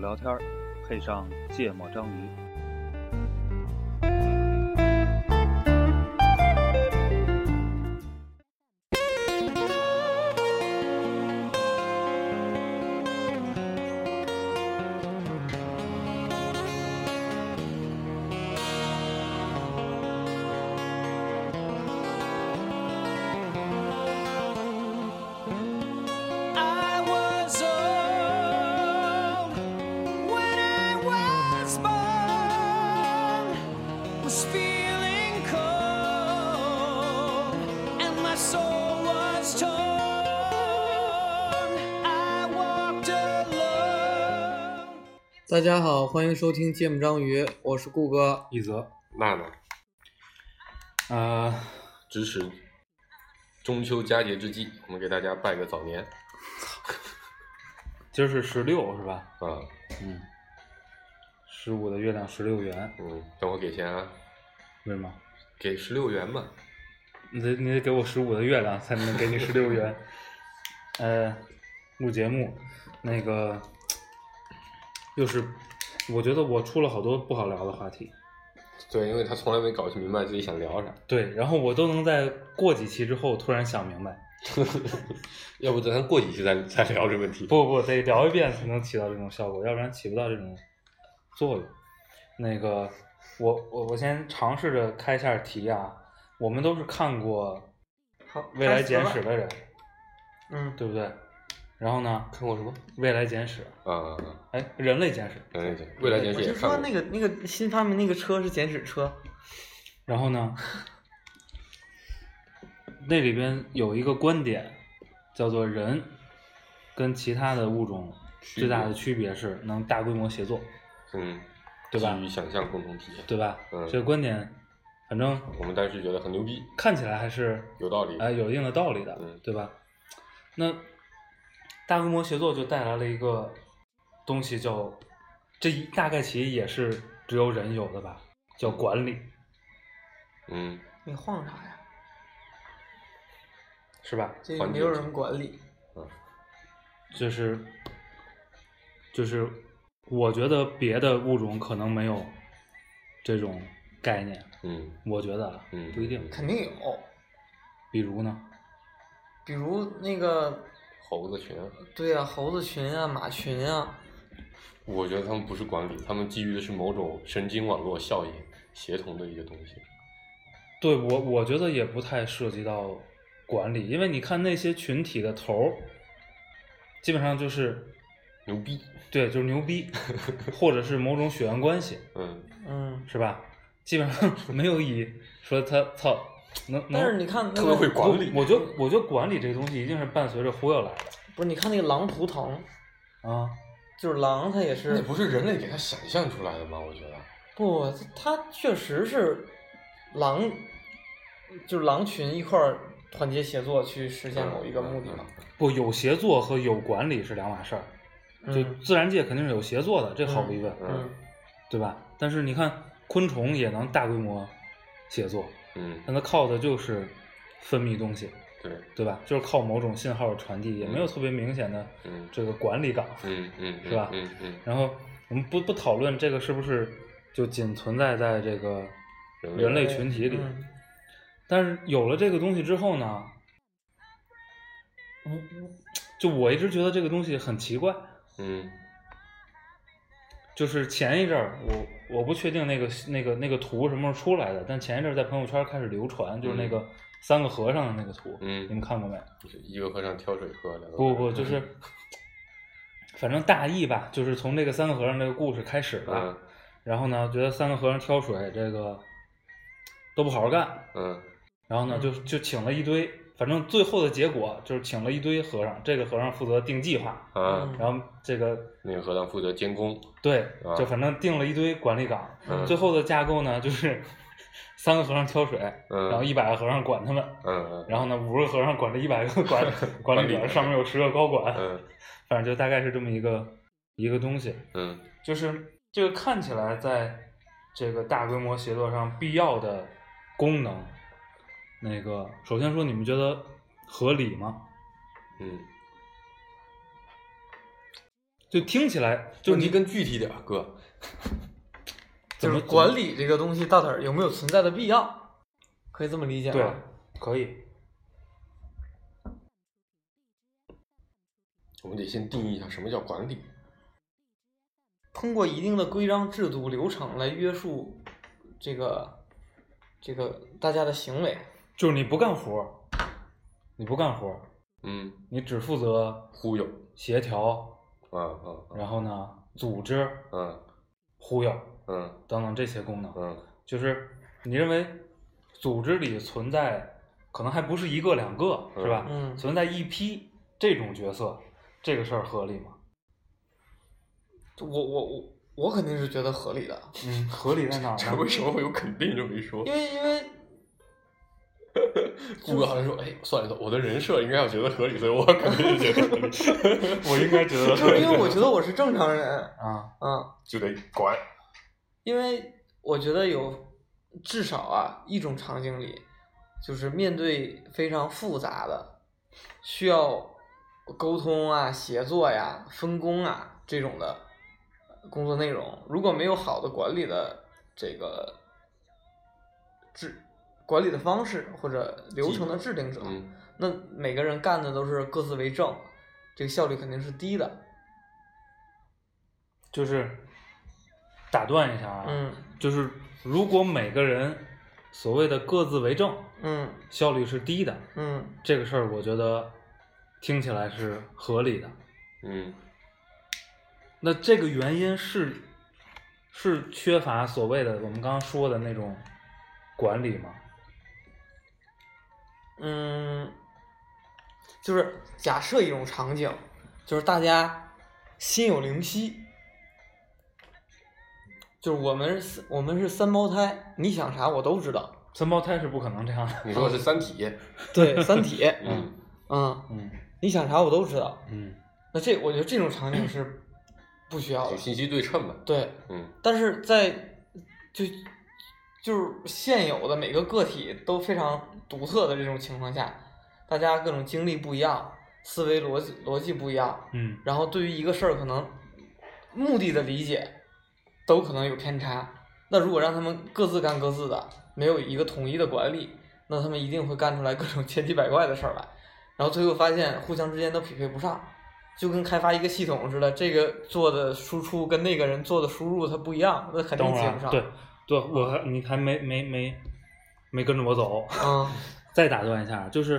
聊天，配上芥末章鱼。 I was old when I was born. Was feeling cold, and my soul was torn. I walked alone. 大家好，欢迎收听《芥末章鱼》，我是顾哥。一泽，娜娜，呃，支持。中秋佳节之际，我们给大家拜个早年今儿是十六是吧？啊，嗯，十五的月亮十六圆，嗯，等我给钱啊，为什么？给十六元吧。你得你得给我十五的月亮，才 能给你十六元。呃，录节目，那个又是，我觉得我出了好多不好聊的话题，对，因为他从来没搞明白自己想聊啥，对，然后我都能在过几期之后突然想明白。要不咱过几期再再聊这问题。不不，得聊一遍才能起到这种效果，要不然起不到这种作用。那个，我我我先尝试着开一下题啊。我们都是看过好《未来简史》的人，嗯，对不对？然后呢，看过什么？ 《未来简史啊，》哎，《人类简史》。未来简未来简我史也就看过说。那个那个新发明那个车是剪纸车，然后呢，那里边有一个观点，叫做人跟其他的物种最大的区别是能大规模协作，嗯，对吧基于想象共同体验，对吧？嗯这个观点，反正我们当时觉得很牛逼，看起来还是有道理。哎，有一定的道理的，嗯对吧？那大规模协作就带来了一个东西叫，这一大概其也是只有人有的吧，叫管理，嗯，你晃啥呀？是吧？这个环境没有人管理，就是就是，我觉得别的物种可能没有这种概念，嗯我觉得啊嗯，不一定。肯定有。比如呢，比如那个，猴子群，对啊，猴子群啊，马群啊，我觉得他们不是管理，他们基于的是某种神经网络效应协同的一个东西。对我我觉得也不太涉及到管理，因为你看那些群体的头儿，基本上就是牛逼，对，就是牛逼， 或者是某种血缘关系，嗯，嗯。是吧？基本上 没有以说他操能能。但是你看那嗯特别会个，管理，我觉得我觉得管理这个东西一定是伴随着忽悠来的不是你看那个狼图腾，啊。就是狼，它也是那不是人类给他想象出来的吗？我觉得，不，它它确实是狼，就是狼群一块儿团结协作去实嗯现某一个目的嘛。不有协作和有管理是两码事儿，就嗯自然界肯定是有协作的，这毫无疑问，嗯，对吧？但是你看昆虫也能大规模协作，嗯，但它靠的就是分泌东西，对，对吧？就是靠某种信号传递，也没有嗯特别明显的嗯这个管理岗。嗯嗯，是吧嗯嗯，然后我们不不讨论这个是不是就仅存在在这个人类人类群体里，嗯但是有了这个东西之后呢，我我就我一直觉得这个东西很奇怪，嗯就是前一阵儿我我不确定那个那个那个图什么时候出来的，但前一阵儿在朋友圈开始流传，就是那个三个和尚的那个图，嗯你们看过没？嗯，一个和尚挑水喝，两个不不，就是 反正大意吧，就是从这个三个和尚这个故事开始的。嗯然后呢，觉得三个和尚挑水这个都不好好干，嗯然后呢，就就请了一堆，反正最后的结果就是请了一堆和尚，这个和尚负责定计划，啊，然后这个那个和尚负责监工，对，啊就反正定了一堆管理岗，嗯最后的架构呢就是 三个和尚挑水，嗯然后一百个和尚管他们。嗯然后呢，五个和尚管着一百 个管管理管员，理上面有十个高管，嗯反正就大概是这么一个一个东西。嗯就是这个看起来在这个大规模协作上必要的功能，那个首先说你们觉得合理吗？嗯，就听起来就问你题更具体点儿，哥，就怎是么管理这个东西到底儿有没有存在的必要，可以这么理解吗？对，可以。我们得先定义一下什么叫管理。通过一定的规章制度、流程来约束这个这个大家的行为。就是你不干活儿，你不干活儿，嗯，你只负责忽悠，协调，啊啊然后呢，组织、啊忽悠嗯等等这些功能。嗯就是你认为组织里存在可能还不是一个两个，是吧？嗯存在一批这种角色，这个事儿合理吗？我我我我肯定是觉得合理的，嗯，合理在哪儿这为呢？什么会有肯定就没说因？为因 为顾哥好像说，哎，算了算了，我的人设应该要觉得合理，所以我肯定是觉得合理， 我应该觉得就是 因为我觉得我是正常人，啊，嗯，就得管。因为我觉得有至少啊一种场景里，就是面对非常复杂的需要沟通啊、协作呀、分工啊这种的工作内容，如果没有好的管理的这个制管理的方式或者流程的制定者，嗯那每个人干的都是各自为政，这个效率肯定是低的。就是打断一下啊，嗯就是如果每个人所谓的各自为政，嗯效率是低的，嗯，这个事儿我觉得听起来是合理的。嗯，那这个原因是是缺乏所谓的我们刚刚说的那种管理吗？嗯，就是假设一种场景，就是大家心有灵犀，就是我们是，我们是三胞胎，你想啥我都知道。三胞胎是不可能这样的。你说的是《三体》？ 对，《三体》，嗯嗯，嗯你想啥我都知道。嗯那这我觉得这种场景是不需要就的。信息对称嘛。对，嗯但是在就就是现有的每个个体都非常独特的这种情况下，大家各种经历不一样，思维逻辑逻辑不一样，嗯然后对于一个事儿可能目的的理解都可能有偏差。那如果让他们各自干各自的，没有一个统一的管理，那他们一定会干出来各种千奇百怪的事儿来，然后最后发现互相之间都匹配不上，就跟开发一个系统似的，这个做的输出跟那个人做的输入它不一样，那肯定等会接儿不啊上。对，对，我还你还没没没没跟着我走， 嗯再打断一下，啊就是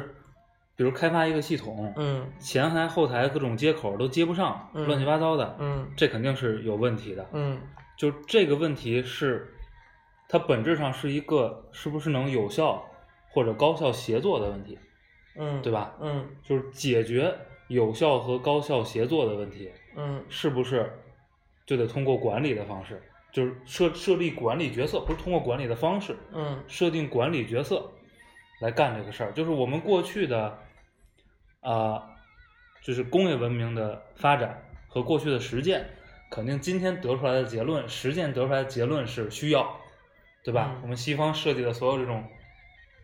比如开发一个系统，嗯前台后台各种接口都接不上，嗯乱七八糟的，嗯这肯定是有问题的。嗯就这个问题是，它本质上是一个是不是能有效或者高效协作的问题，嗯，对？吧？嗯就是解决有效和高效协作的问题，嗯是不是就得通过管理的方式，就是设设立管理角色，不是通过管理的方式嗯设定管理角色来干这个事儿。就是我们过去的啊、呃就是工业文明的发展和过去的实践，肯定今天得出来的结论，实践得出来的结论是需要，对吧？嗯我们西方设计的所有这种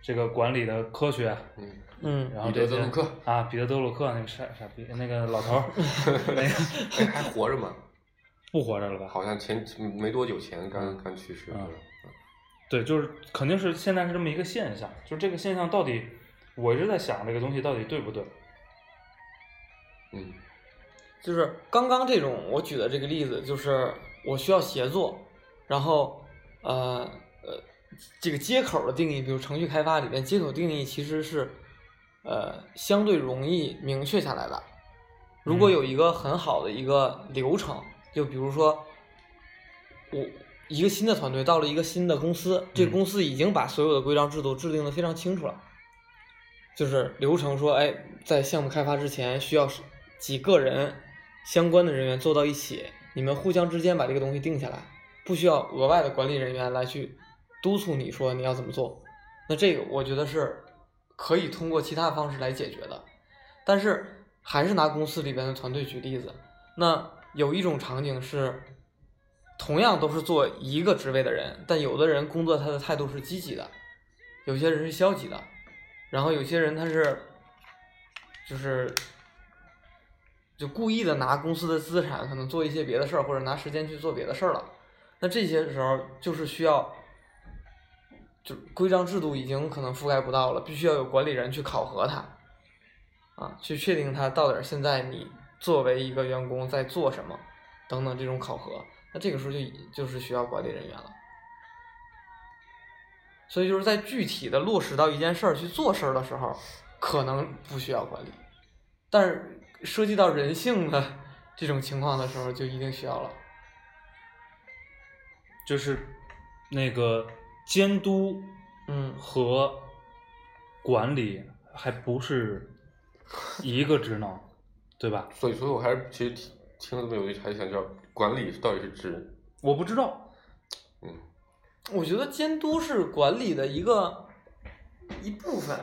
这个管理的科学，嗯，嗯然后彼得这些德鲁克啊，彼得德鲁克那个傻傻逼那个 老头儿那个哎，还活着吗？不活着了吧？好像前没多久前刚刚去世。嗯对，就是肯定是现在是这么一个现象，就是这个现象到底，我一直在想这个东西到底对不对？嗯就是刚刚这种我举的这个例子，就是我需要协作，然后呃呃，这个接口的定义，比如程序开发里面接口定义其实是呃相对容易明确下来的。如果嗯有一个很好的一个流程，就比如说我一个新的团队到了一个新的公司，这个嗯公司已经把所有的规章制度制定的非常清楚了。就是流程说，哎，在项目开发之前需要是几个人相关的人员坐到一起，你们互相之间把这个东西定下来，不需要额外的管理人员来去督促你说你要怎么做。那这个我觉得是可以通过其他方式来解决的，但是还是拿公司里边的团队举例子，那有一种场景是，同样都是做一个职位的人，但有的人工作他的态度是积极的，有些人是消极的，然后有些人他是，就是就故意的拿公司的资产可能做一些别的事儿，或者拿时间去做别的事儿了。那这些时候就是需要，就规章制度已经可能覆盖不到了，必须要有管理人去考核他，啊，去确定他到底现在你作为一个员工在做什么，等等这种考核。那这个时候就已就是需要管理人员了。所以就是在具体的落实到一件事儿去做事儿的时候，可能不需要管理，但是涉及到人性的这种情况的时候，就一定需要了。就是那个监督嗯和管理还不 是一个职能，对吧？所以，所以我还是其实听听了这么有意思，还想知道管理到底是指我不知道，嗯，我觉得监督是管理的一个一部分。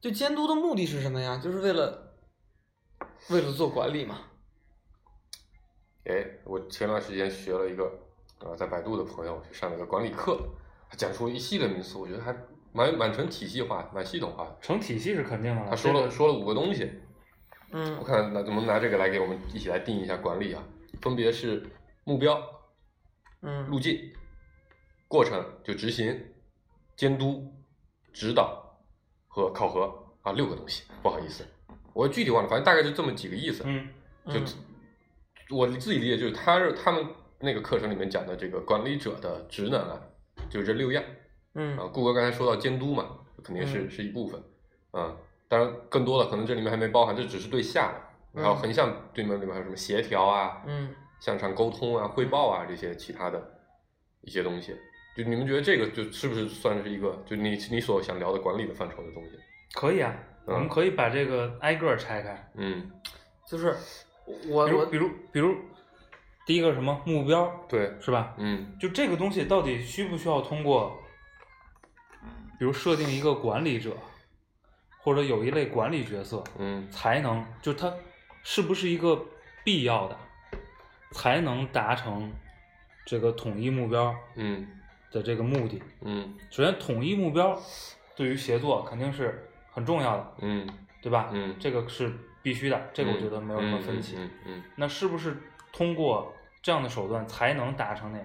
就监督的目的是什么呀？就是为了为了做管理嘛。哎，我前段时间学了一个呃，在百度的朋友去上了一个管理课，他讲出一系列名词，我觉得还蛮蛮成体系化、蛮系统化的。成体系是肯定的了。他说这了个说了五个东西，我嗯看那怎么拿这个来给我们一起来定义一下管理啊？分别是目标、路嗯径、过程就执行、监督、指导和考核啊六个东西，不好意思，我具体忘了，反正大概就这么几个意思。嗯，就嗯我自己理解就是他是他们那个课程里面讲的这个管理者的职能啊，就这六样啊。嗯顾哥刚才说到监督嘛，肯定是、嗯是一部分啊，当然更多的可能这里面还没包含，这只是对下的，嗯然后横向对面里面还有什么协调啊、嗯，向上沟通啊、汇报啊这些其他的一些东西。就你们觉得这个就是不是算是一个，就你你所想聊的管理的范畴的东西？可以啊，嗯我们可以把这个挨个儿拆开，嗯，就是我比如我比如比如第一个什么目标对，是吧？嗯就这个东西到底需不需要通过，比如设定一个管理者，或者有一类管理角色，嗯才能就它是不是一个必要的，才能达成这个统一目标嗯的这个目的。嗯首先，统一目标对于协作肯定是很重要的，嗯对吧？嗯这个是必须的，这个我觉得没有什么分歧。嗯嗯嗯嗯那是不是通过这样的手段才能达成那个？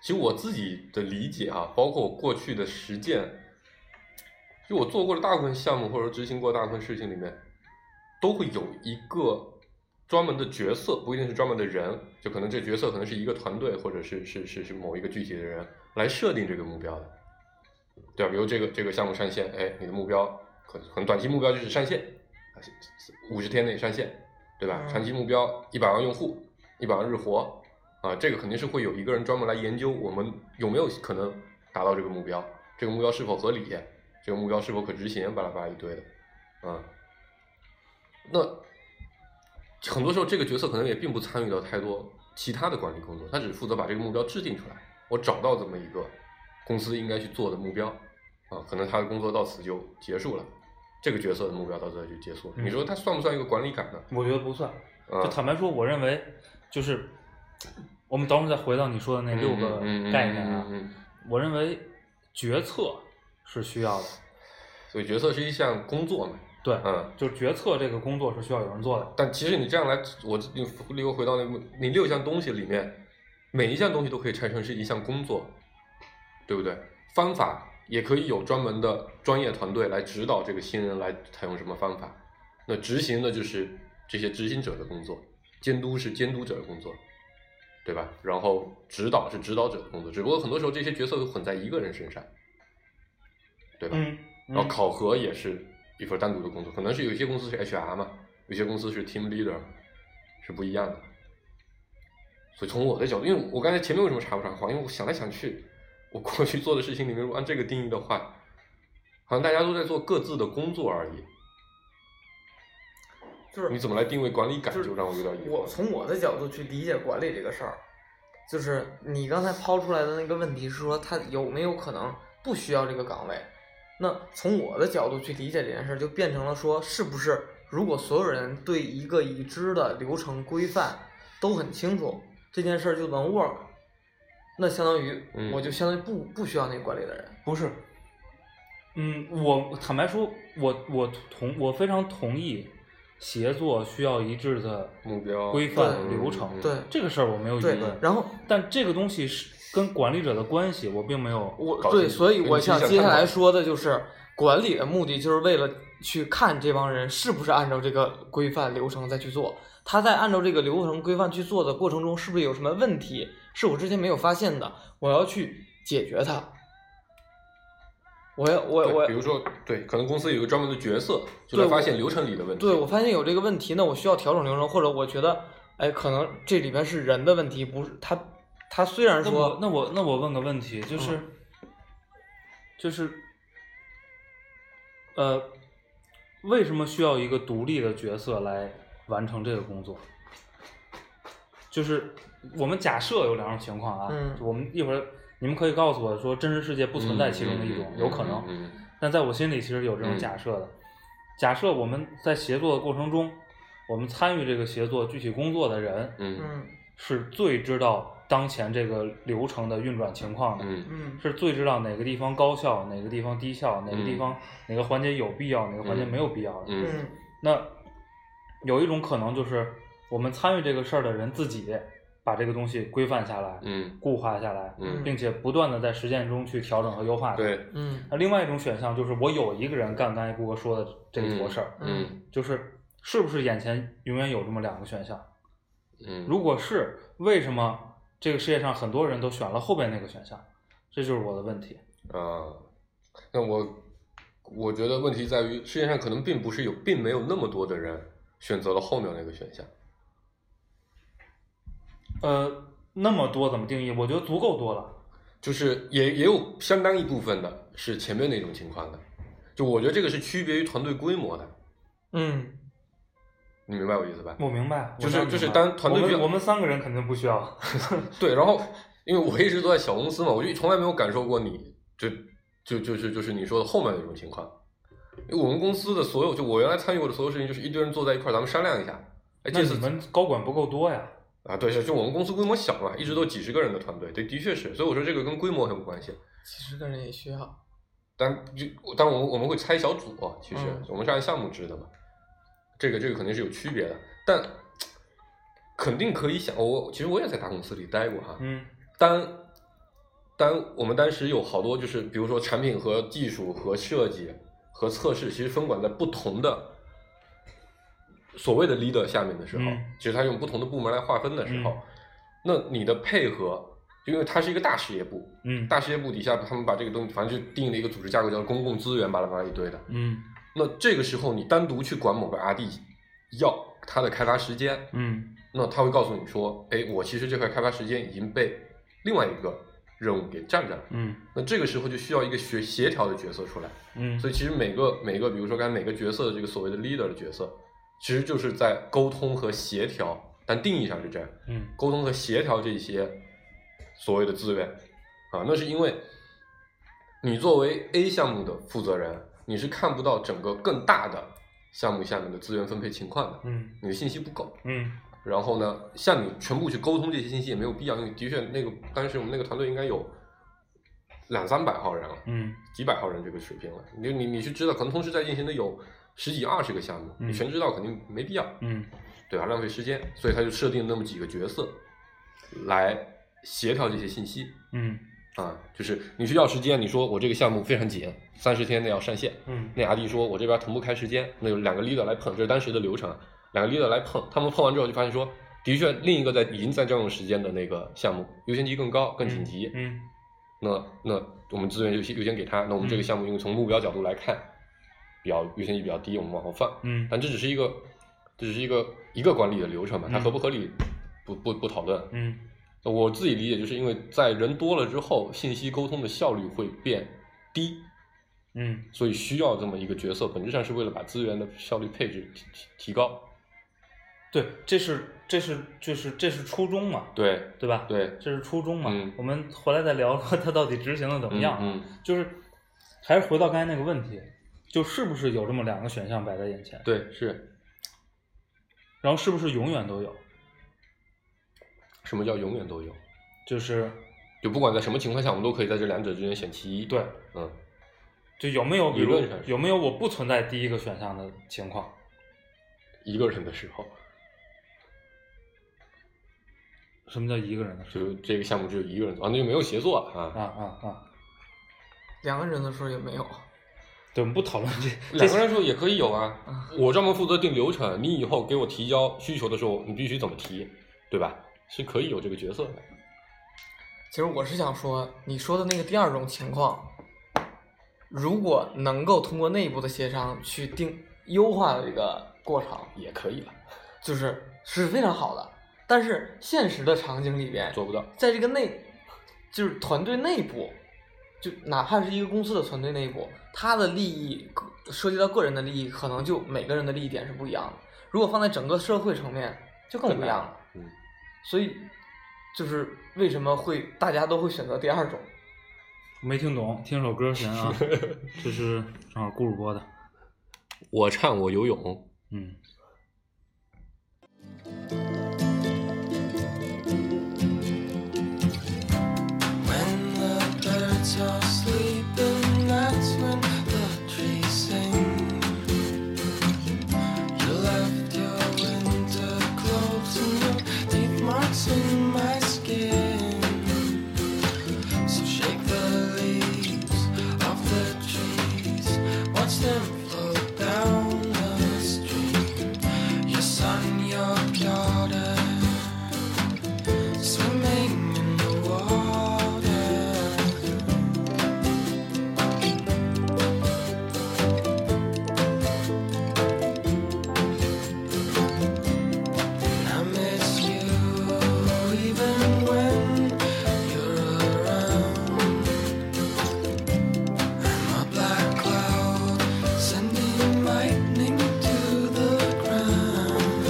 其实我自己的理解啊，包括我过去的实践，就我做过的大部分项目或者执行过的大部分事情里面，都会有一个专门的角色，不一定是专门的人，就可能这角色可能是一个团队，或者是是是是某一个具体的人来设定这个目标的，对吧、比如这个这个项目上线，哎，你的目标可可能短期目标就是上线，啊五十天内上线，对吧？嗯长期目标一百万用户，一百万日活，啊，这个肯定是会有一个人专门来研究我们有没有可能达到这个目标，这个目标是否合理，这个目标是否可执行，巴拉巴拉一堆的，啊，那很多时候这个角色可能也并不参与到太多其他的管理工作，他只负责把这个目标制定出来，我找到这么一个公司应该去做的目标，啊，可能他的工作到此就结束了，这个角色的目标到这就结束了。嗯你说他算不算一个管理岗呢？我觉得不算。就啊，坦白说，我认为就是我们等会儿再回到你说的那六个嗯嗯嗯嗯概念啊，嗯嗯嗯我认为决策是需要的，所以角色是一项工作嘛，对，嗯。就决策这个工作是需要有人做的，但其实你这样来，我你又回到那个你六项东西里面，每一项东西都可以拆成是一项工作，对不对？方法也可以有专门的专业团队来指导这个新人来采用什么方法。那执行的就是这些执行者的工作，监督是监督者的工作，对吧？然后指导是指导者的工作，只不过很多时候这些角色都混在一个人身上，对吧？嗯，然后考核也是一份单独的工作，可能是有些公司是 HR 嘛，有些公司是 team leader，是不一样的。所以从我的角度，因为我刚才前面为什么插不上话，因为我想来想去，我过去做的事情里面，如果按这个定义的话，好像大家都在做各自的工作而已。就是你怎么来定位管理感，就是就让我有点疑惑。我从我的角度去理解管理这个事儿，就是你刚才抛出来的那个问题是说他有没有可能不需要这个岗位？那从我的角度去理解这件事儿，就变成了说是不是如果所有人对一个已知的流程规范都很清楚，这件事儿就能 work，那相当于嗯我就相当于不不需要那个管理的人。不是，嗯，我坦白说，我我同我非常同意，协作需要一致的目标规范嗯流程，对这个事儿我没有疑对问。，然后但这个东西是跟管理者的关系，我并没有。我搞对，清楚所以你我自己想接下看来看说的就是管理的目的，就是为了去看这帮人是不是按照这个规范流程再去做。他在按照这个流程规范去做的过程中，是不是有什么问题是我之前没有发现的？我要去解决它。我要我对我比如说，对，可能公司有一个专门的角色，就对来我发现流程里的问题。对我发现有这个问题，那我需要调整流程，或者我觉得哎，可能这里边是人的问题，不是他他虽然那说我那我那我问个问题，就是、嗯就是呃，为什么需要一个独立的角色来完成这个工作？就是我们假设有两种情况啊，嗯我们一会儿你们可以告诉我说真实世界不嗯存在其中的一种，嗯有可能，嗯嗯但在我心里其实有这种嗯假设的。假设我们在协作的过程中，我们参与这个协作具体工作的人嗯嗯嗯是最知道当前这个流程的运转情况的，嗯嗯是最知道哪个地方高效，哪个地方低效，哪个地方、哪个环节有必要，哪个环节嗯没有必要的。嗯嗯那有一种可能就是我们参与这个事儿的人自己把这个东西规范下来、嗯固化下来，嗯并且不断的在实践中去调整和优化它。对，嗯那另外一种选项就是我有一个人干刚才顾哥说的这一坨事儿，嗯就是是不是眼前永远有这么两个选项？嗯，如果是，为什么这个世界上很多人都选了后边那个选项？这就是我的问题。啊，那我我觉得问题在于，世界上可能并不是有，并没有那么多的人选择了后面那个选项。呃，那么多怎么定义？我觉得足够多了。就是也也有相当一部分的是前面那种情况的，就我觉得这个是区别于团队规模的，嗯你明白我意思吧？我明白，就是我当然就是明白当团队我比较哎们我们三个人肯定不需要。对，然后因为我一直都在小公司嘛，我就从来没有感受过你就就就是就是你说的后面那种情况。因为我们公司的所有，就我原来参与过的所有事情，就是一堆人坐在一块儿，咱们商量一下。哎，那这你次们高管不够多呀？啊，对，是就我们公司规模小嘛，一直都几十个人的团队，对，的确是，所以我说这个跟规模很有关系。几十个人也需要。但就但我们我们会拆小组，啊其实、嗯我们是按项目制的嘛，这个这个肯定是有区别的，但肯定可以想，我其实我也在大公司里待过哈，嗯当当我们当时有好多就是，比如说产品和技术和设计和测试，其实分管在不同的所谓的 leader 下面的时候，嗯其实他用不同的部门来划分的时候，嗯那你的配合，就因为它是一个大事业部，嗯大事业部底下他们把这个东西，反正就定了一个组织架构，叫公共资源，巴拉巴拉一堆的。嗯那这个时候你单独去管某个 RD 要它的开发时间，嗯那他会告诉你说，哎，我其实这块开发时间已经被另外一个任务给占着了。嗯那这个时候就需要一个协协调的角色出来。嗯，所以其实每个每个，比如说刚才每个角色的这个所谓的 leader 的角色，其实就是在沟通和协调，但定义上是这样，嗯沟通和协调这些所谓的资源啊，那是因为你作为 A 项目的负责人，你是看不到整个更大的项目下面的资源分配情况的，嗯你的信息不够。嗯然后呢，向你全部去沟通这些信息也没有必要，因为的确那个当时我们那个团队应该有两三百号人了，嗯几百号人这个水平了。你你你是知道，可能同时在进行的有十几二十个项目，嗯你全知道肯定没必要，嗯对吧？浪费时间，所以他就设定那么几个角色来协调这些信息嗯啊，就是你去要时间，你说我这个项目非常紧，三十天内要上线，嗯那阿弟说：“我这边同步开时间，那有两个 leader 来碰，这是当时的流程啊，两个 leader 来碰，他们碰完之后就发现说，的确另一个在已经在占用时间的那个项目优先级更高、更紧急，嗯那那我们资源优先优先给他，那我们这个项目因为从目标角度来看，比较优先级比较低，我们往后放，嗯但这只是一个这只是一个一个管理的流程嘛，它嗯合不合理不不不讨论。嗯我自己理解就是因为在人多了之后，信息沟通的效率会变低，嗯所以需要这么一个角色，本质上是为了把资源的效率配置提提提高。对，这是这是就是这是初衷嘛，对对吧？对，这是初衷嘛。嗯我们回来再聊说它到底执行的怎么样。嗯嗯就是还是回到刚才那个问题，就是不是有这么两个选项摆在眼前，对是。然后是不是永远都有？什么叫永远都有？就是就不管在什么情况下，我们都可以在这两者之间选其一。对，嗯就有没有比理如论上是有没有我不存在第一个选项的情况？一个人的时候，什么叫一个人的时就是这个项目只有一个人做，啊，那就没有协作候？啊。啊啊啊！两个人的时候也没有，对，我们不讨论 这两个人的时候也可以有啊啊，我专门负责定流程，你以后给我提交需求的时候，你必须怎么提，对吧？是可以有这个角色的。其实我是想说，你说的那个第二种情况，如果能够通过内部的协商去定优化的一个过程，也可以了，就是是非常好的。但是现实的场景里边，做不到。在这个内，就是团队内部，就哪怕是一个公司的团队内部，他的利益个涉及到个人的利益，可能就每个人的利益点是不一样的。如果放在整个社会层面，就更不一样了。嗯，所以，就是为什么会大家都会选择第二种？ 没听懂，听首歌先 啊。这是正好顾主播的，我唱我游泳，嗯， When the birds are sleeping, that's when the trees sing. You left your winter clothes and your teeth marks in my skin. So shake the leaves off the trees, watch them float down the stream. Your son, your daughter swimming in the water. And I miss you even when you're around. And my black cloud sending lightning to the ground.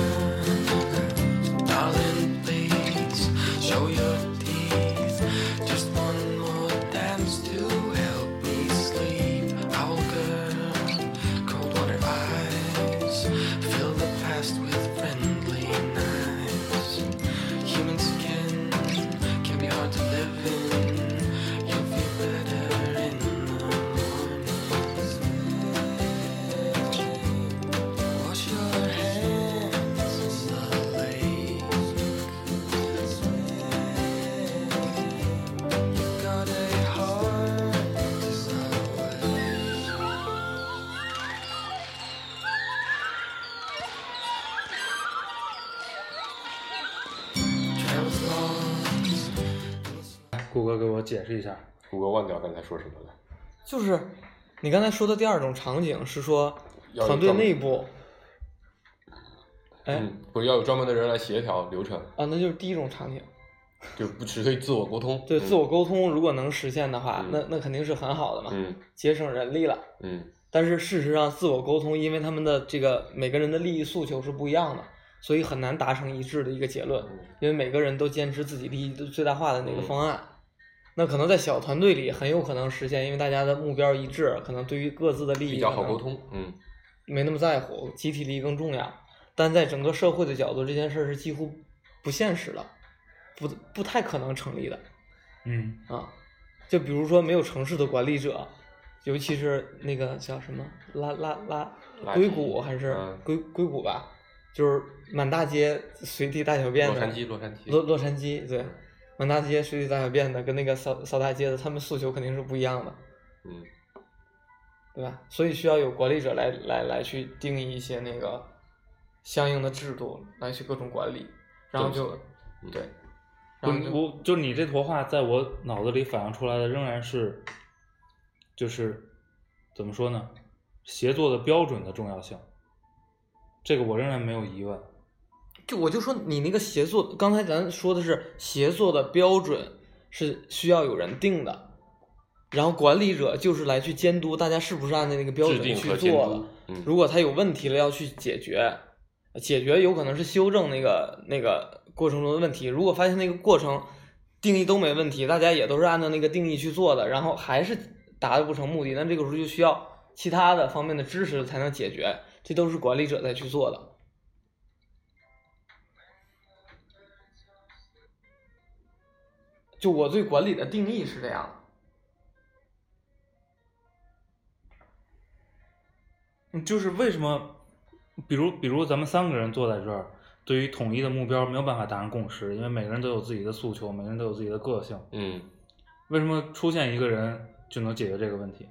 Darling, please show your teeth. Just one more dance to help me sleep. Owl girl, cold water eyes. Fill the past with friendly knives. Human skin can be hard to live in. You'll feel better in the morning. Wash your hands in the lake. You've got a heart that's not awake. 顾哥给我解释一下。胡歌忘掉刚才说什么了。就是你刚才说的第二种场景是说要有团队专门内部，哎、嗯，不是要有专门的人来协调流程，啊，那就是第一种场景。就不只可以自我沟通。对，嗯自我沟通如果能实现的话，嗯那那肯定是很好的嘛，嗯节省人力了。嗯但是事实上，自我沟通，因为他们的这个每个人的利益诉求是不一样的，所以很难达成一致的一个结论嗯，因为每个人都坚持自己利益的最大化的那个方案。那可能在小团队里很有可能实现，因为大家的目标一致，可能对于各自的利益比较好可能沟通。嗯，没那么在乎，集体利益更重要。但在整个社会的角度，这件事儿是几乎不现实的，不不太可能成立的。嗯，啊，就比如说没有城市的管理者，尤其是那个叫什么拉拉拉垃硅圾谷还是嗯硅硅谷吧，就是满大街随地大小便的洛杉矶，洛杉矶，洛洛杉矶对，满大街随地大小便的跟那个扫扫大街的，他们诉求肯定是不一样的，嗯，对吧？所以需要有管理者来来来去定义一些那个相应的制度来去各种管理，然后就嗯对，然后就我我就你这坨话，在我脑子里反映出来的仍然是，就是怎么说呢，协作的标准的重要性，这个我仍然没有疑问。就我就说你那个协作，刚才咱说的是协作的标准是需要有人定的，然后管理者就是来去监督大家是不是按照那个标制准定去和监做的督。。嗯，如果他有问题了，要去解决，解决有可能是修正那个那个过程中的问题。如果发现那个过程定义都没问题，大家也都是按照那个定义去做的，然后还是达不成目的，那这个时候就需要其他的方面的支持才能解决，这都是管理者在去做的。就我对管理的定义是这样的，嗯，就是为什么，比如比如咱们三个人坐在这儿，对于统一的目标没有办法达成共识，因为每个人都有自己的诉求，每个人都有自己的个性。嗯，为什么出现一个人就能解决这个问题？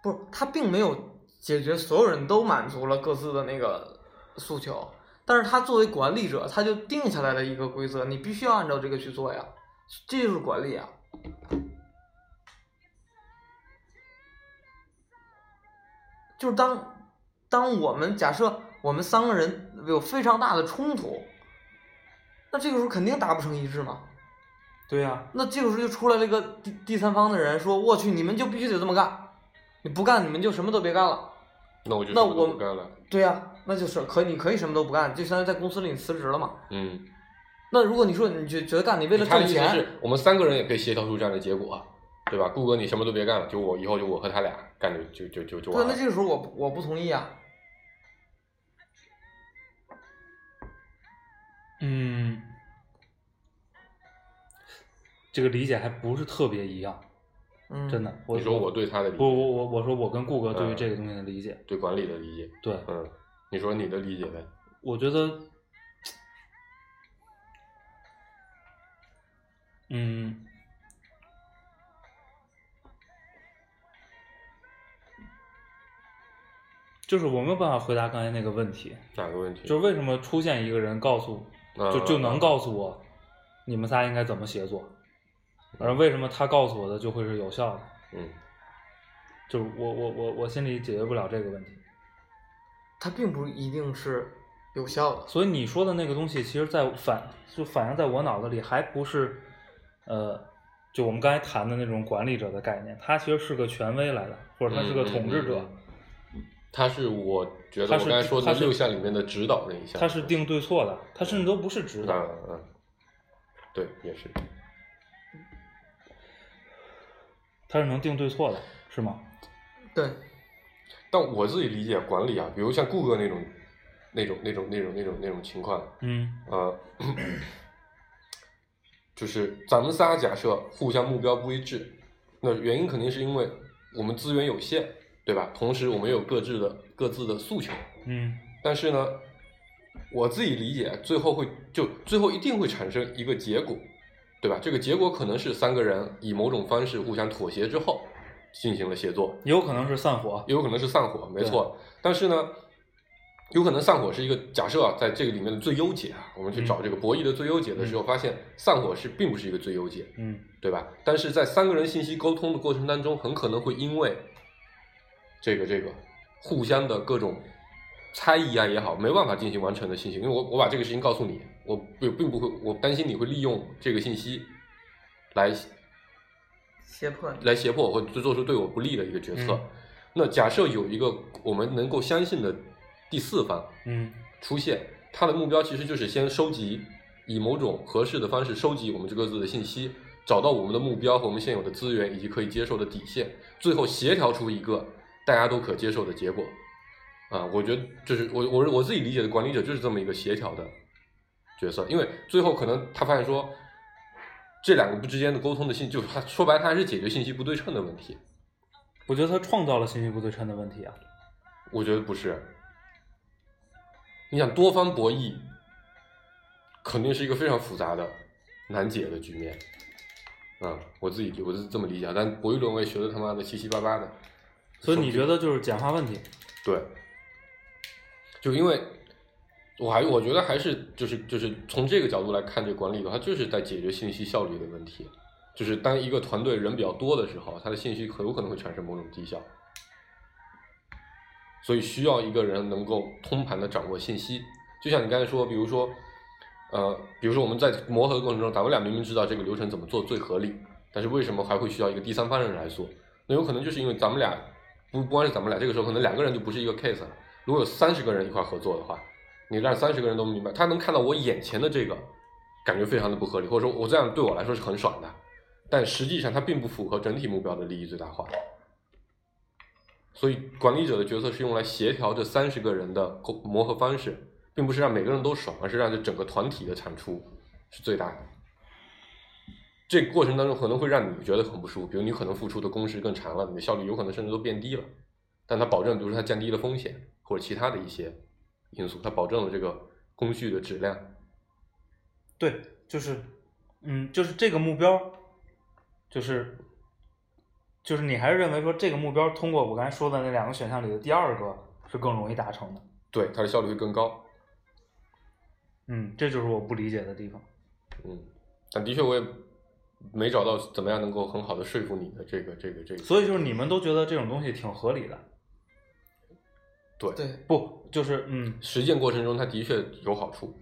不是，他并没有解决所有人都满足了各自的那个诉求，但是他作为管理者，他就定下来了一个规则，你必须要按照这个去做呀，这就是管理啊。就是当当我们假设我们三个人有非常大的冲突，那这个时候肯定达不成一致嘛。对呀、那这个时候就出来了一个第第三方的人说：“我去，你们就必须得这么干，你不干你们就什么都别干了。那我就那什么都我不干了。”对呀、那就是可你可以什么都不干，就相当于在公司里你辞职了嘛。嗯，那如果你说你觉觉得干，你为了啊他的挣意思钱，是我们三个人也可以协调出这样的结果，啊对吧？顾哥，你什么都别干了，就我以后就我和他俩干就就就就就对，完那了。这个时候我不我不同意啊。嗯，这个理解还不是特别一样，嗯，真的。我你说我对他的理不，我解，我我说我跟顾哥对于嗯这个东西的理解，对管理的理解，对嗯，你说你的理解呗。我觉得，嗯，就是我没有办法回答刚才那个问题，哪个问题？就是为什么出现一个人告诉嗯就就能告诉我你们仨应该怎么协作，而为什么他告诉我的就会是有效的，嗯，就是我我我我心里解决不了这个问题，它并不一定是有效的。所以你说的那个东西，其实在反就反映在我脑子里，还不是呃，就我们刚才谈的那种管理者的概念，他其实是个权威来的，或者他是个统治者，嗯嗯嗯他是我觉得他我是刚才说的他是六项里面的指导那一项，他是定对错的，他甚至都不是指嗯导。嗯嗯，对，也是，他是能定对错的，是吗？对，但我自己理解管理啊，比如像顾哥那种、那种、那种、那种、那种、那种情况，嗯呃，就是咱们仨假设互相目标不一致，那原因肯定是因为我们资源有限，对吧？同时我们有各自的各自的诉求，嗯但是呢，我自己理解，最后会就最后一定会产生一个结果，对吧？这个结果可能是三个人以某种方式互相妥协之后进行了协作，也有可能是散伙。也有可能是散伙，没错。但是呢，有可能散伙是一个假设啊，在这个里面的最优解啊，我们去找这个博弈的最优解的时候，发现散伙是并不是一个最优解，嗯对吧？但是在三个人信息沟通的过程当中，很可能会因为这个这个互相的各种猜疑啊也好，没办法进行完成的信息，因为我我把这个事情告诉你，我并并不会，我担心你会利用这个信息来胁迫你。来胁迫我或做出对我不利的一个决策。嗯那假设有一个我们能够相信的第四方嗯出现，他的目标其实就是先收集，以某种合适的方式收集我们这各自的信息，找到我们的目标和我们现有的资源以及可以接受的底线，最后协调出一个大家都可接受的结果。啊，我觉得就是我我我自己理解的管理者就是这么一个协调的角色，因为最后可能他发现说，这两个不之间的沟通的信，就是他说白了他还是解决信息不对称的问题。我觉得他创造了信息不对称的问题啊。我觉得不是。你想多方博弈，肯定是一个非常复杂的、难解的局面。啊，我自己我是这么理解，啊但博弈论我也学的他妈的七七八八的。所以你觉得就是简化问题？对，就因为我还我觉得还是就是就是从这个角度来看这个管理的话，它就是在解决信息效率的问题。就是当一个团队人比较多的时候，他的信息很有可能会产生某种低效，所以需要一个人能够通盘的掌握信息。就像你刚才说，比如说，呃，比如说我们在磨合的过程中，咱们俩明明知道这个流程怎么做最合理，但是为什么还会需要一个第三方人来做？那有可能就是因为咱们俩不不光是咱们俩，这个时候可能两个人就不是一个 case 了。如果有三十个人一块儿合作的话，你让三十个人都明白，他能看到我眼前的这个，感觉非常的不合理，或者说我这样对我来说是很爽的，但实际上它并不符合整体目标的利益最大化。所以管理者的角色是用来协调这三十个人的沟磨合方式，并不是让每个人都爽，而是让这整个团体的产出是最大的。这个过程当中可能会让你觉得很不舒服，比如你可能付出的工时更长了，你的效率有可能甚至都变低了。但它保证，比如说它降低了风险或者其他的一些因素，它保证了这个工序的质量。对，就是，嗯，就是这个目标，就是，就是你还是认为说这个目标通过我刚才说的那两个选项里的第二个是更容易达成的。对，它的效率会更高。嗯，这就是我不理解的地方。嗯，但的确我也没找到怎么样能够很好的说服你的这个这个这个。所以就是你们都觉得这种东西挺合理的，对，对，不就是嗯实践过程中它的确有好处。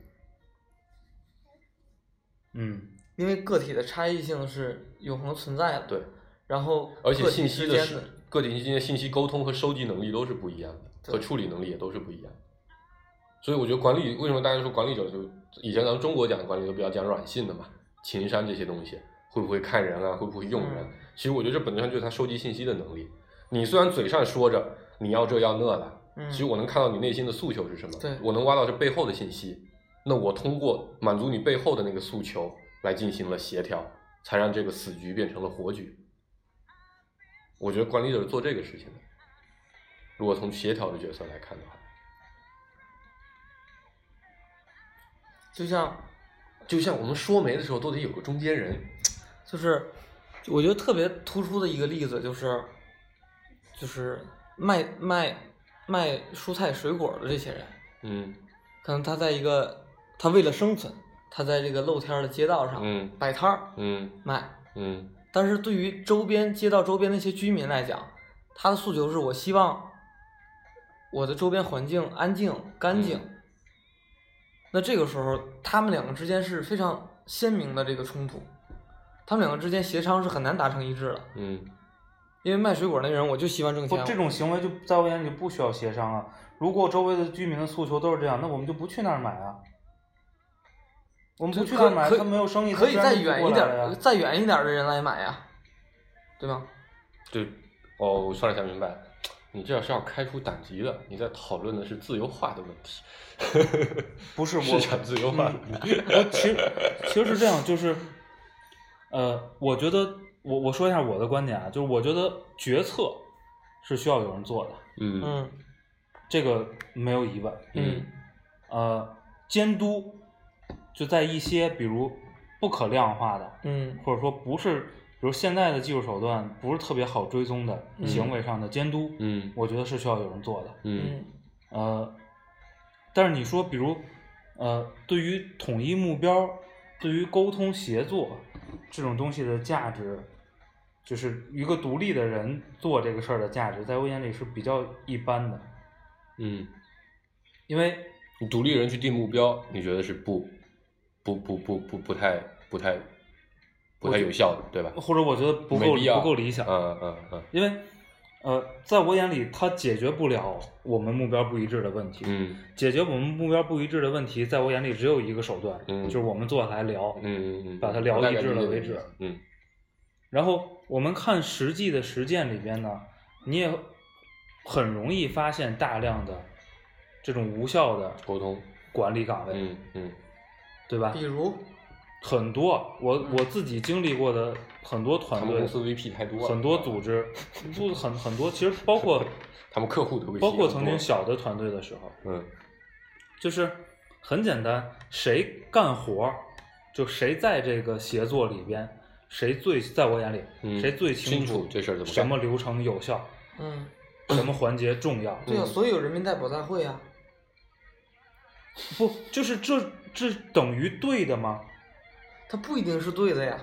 嗯因为个体的差异性是永恒存在的。对，然后而且个体信息之的间是个体之间的信息沟通和收集能力都是不一样的，对和处理能力也都是不一样的。所以我觉得管理为什么大家说管理者就以前咱们中国讲的管理都比较讲软性的嘛，情商这些东西，会不会看人啊，会不会用人？嗯其实我觉得这本质上就是他收集信息的能力。你虽然嘴上说着你要这要那的，嗯，其实我能看到你内心的诉求是什么，对我能挖到这背后的信息。那我通过满足你背后的那个诉求来进行了协调，才让这个死局变成了活局。我觉得管理者是做这个事情的。如果从协调的角色来看的话，就像就像我们说媒的时候都得有个中间人，就是我觉得特别突出的一个例子就是就是卖卖卖蔬菜水果的这些人，嗯可能他在一个他为了生存，他在这个露天儿的街道上嗯摆摊儿嗯卖，嗯但是对于周边街道周边那些居民来讲，他的诉求是我希望我的周边环境安静干净。嗯那这个时候，他们两个之间是非常鲜明的这个冲突，他们两个之间协商是很难达成一致的。嗯，因为卖水果那人，我就希望挣不钱。哦这种行为就在我眼里就不需要协商啊。如果周围的居民的诉求都是这样，那我们就不去那儿买啊。我们就不去可那儿买，可他没有生意，他可以自然再就不远过一来点了儿呀，再远一点儿的人来买呀，对吗？对，哦，我突然想明白了，你这是要开除党籍的，你在讨论的是自由化的问题， 不是我市场自由化的问题。我呃其实其实是这样，就是，呃，我觉得我我说一下我的观点啊，就是我觉得决策是需要有人做的，嗯嗯这个没有疑问。嗯呃，监督就在一些比如不可量化的，嗯或者说不是，比如现在的技术手段不是特别好追踪的嗯行为上的监督，嗯我觉得是需要有人做的。嗯嗯呃，但是你说，比如，呃，对于统一目标，对于沟通协作这种东西的价值，就是一个独立的人做这个事儿的价值，在我眼里是比较一般的，嗯。因为你独立人去定目标，你觉得是不不不不不不太不太不太有效的，对吧？或者我觉得不够没必要不够理想，嗯嗯嗯因为，呃，在我眼里，它解决不了我们目标不一致的问题。嗯解决我们目标不一致的问题，在我眼里只有一个手段，嗯就是我们坐下来聊，嗯嗯嗯，把它聊我大概一致理解了你的为意止思。嗯然后我们看实际的实践里边呢，你也很容易发现大量的这种无效的沟通。管理岗位，嗯嗯对吧比？如很多我我自己经历过的很多他团们队公司 VP 太多了，很多组织，不很很多，其实包括 他们客户的 VP 包括很曾多经小的团队的时候，嗯就是很简单，谁干活儿，就谁在这个协作里边，谁最在我眼里，嗯谁最清清楚这事儿怎么干什么流程有效，嗯，什么环节重要。对啊，所以有人民代表大会啊，不，就是这这等于对的吗？它不一定是对的呀。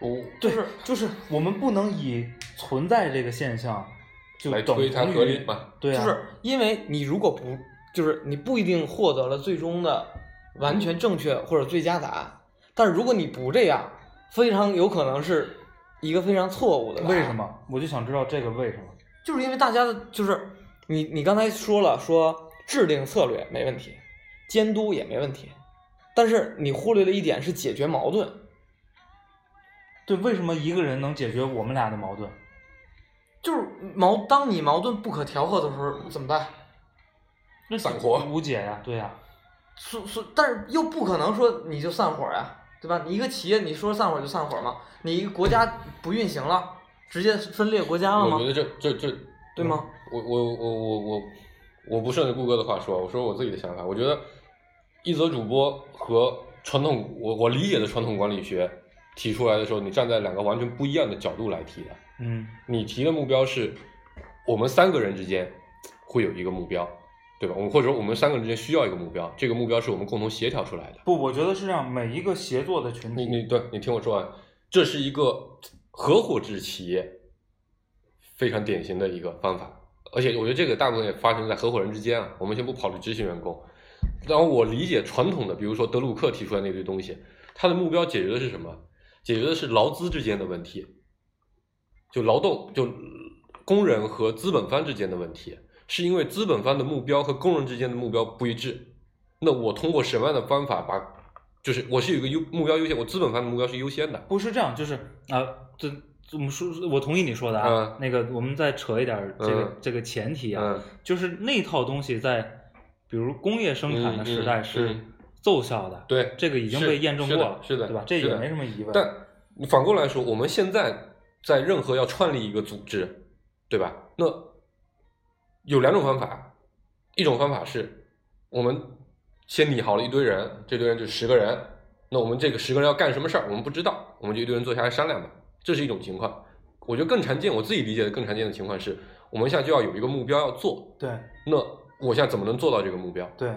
我就是就是，我们不能以存在这个现象就来等同推于它合理嘛？对啊，就是因为你如果不，就是你不一定获得了最终的完全正确或者最佳答案，但是如果你不这样，非常有可能是一个非常错误的。为什？么？我就想知道这个为什么。就是因为大家的，就是你你刚才说了，说制定策略没问题，监督也没问题，但是你忽略了一点是解决矛盾，对，为什么一个人能解决我们俩的矛盾？就是矛，当你矛盾不可调和的时候怎么办？那散伙无解呀、对呀、所所，但是又不可能说你就散伙呀、对吧？你一个企业，你说散伙就散伙嘛，你一个国家不运行了，直接分裂国家了我觉吗？得嗯这这这，对吗？我我我我我我不顺着顾哥的话说，我说我自己的想法。我觉得一则主播和传统我我理解的传统管理学提出来的时候，你站在两个完全不一样的角度来提的。嗯你提的目标是，我们三个人之间会有一个目标，对吧？我们或者说我们三个人之间需要一个目标，这个目标是我们共同协调出来的。不，我觉得是让每一个协作的群体，你你对你听我说完，这是一个合伙制企业非常典型的一个方法，而且我觉得这个大部分也发生在合伙人之间啊。我们先不考虑执行员工，然后我理解传统的，比如说德鲁克提出来那堆东西，他的目标解决的是什么？解决的是劳资之间的问题，就劳动就工人和资本方之间的问题，是因为资本方的目标和工人之间的目标不一致。那我通过什么样的方法把，就是我是有一个优目标优先，我资本方的目标是优先的，不是这样，就是啊，这、我们说，我同意你说的啊。嗯那个，我们再扯一点儿这个、嗯这个前提啊，嗯，就是那套东西在比如工业生产的时代嗯嗯是嗯奏效的，对，这个已经是被验证过了，是的，是的对吧？这是也的没什么疑问。但你反过来说，我们现在在任何要创立一个组织，对吧？那有两种方法，一种方法是我们先拟好了一堆人，这堆人就十个人，那我们这个十个人要干什么事儿，我们不知道，我们就一堆人坐下来商量吧，这是一种情况。我觉得更常见，我自己理解的更常见的情况是，我们现在就要有一个目标要做，对那我现在怎么能做到这个目标？对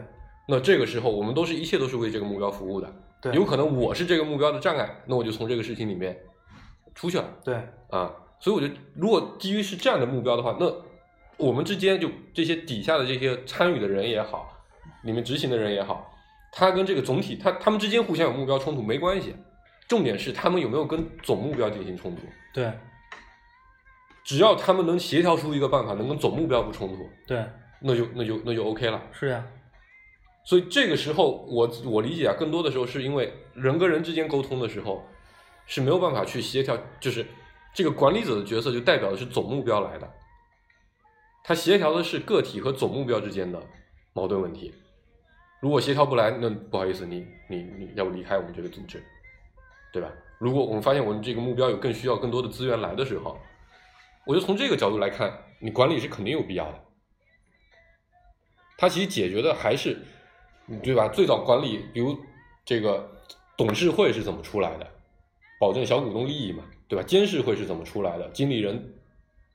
那这个时候，我们都是一切都是为这个目标服务的。对，有可能我是这个目标的障碍，那我就从这个事情里面出去了对啊。所以我觉得，如果基于是这样的目标的话，那我们之间就这些底下的这些参与的人也好，里面执行的人也好，他跟这个总体，他他们之间互相有目标冲突没关系，重点是他们有没有跟总目标进行冲突。对只要他们能协调出一个办法，能跟总目标不冲突，对，那就那就那就 OK 了。是呀、所以这个时候我，我理解啊，更多的时候是因为人跟人之间沟通的时候是没有办法去协调，就是这个管理者的角色就代表的是总目标来的，他协调的是个体和总目标之间的矛盾问题。如果协调不来，那不好意思，你你你要不离开我们这个组织，对吧？如果我们发现我们这个目标有更需要更多的资源来的时候，我就从这个角度来看，你管理是肯定有必要的。它其实解决的还是，嗯对吧？最早管理，比如这个董事会是怎么出来的，保证小股东利益嘛，对吧？监事会是怎么出来的？经理人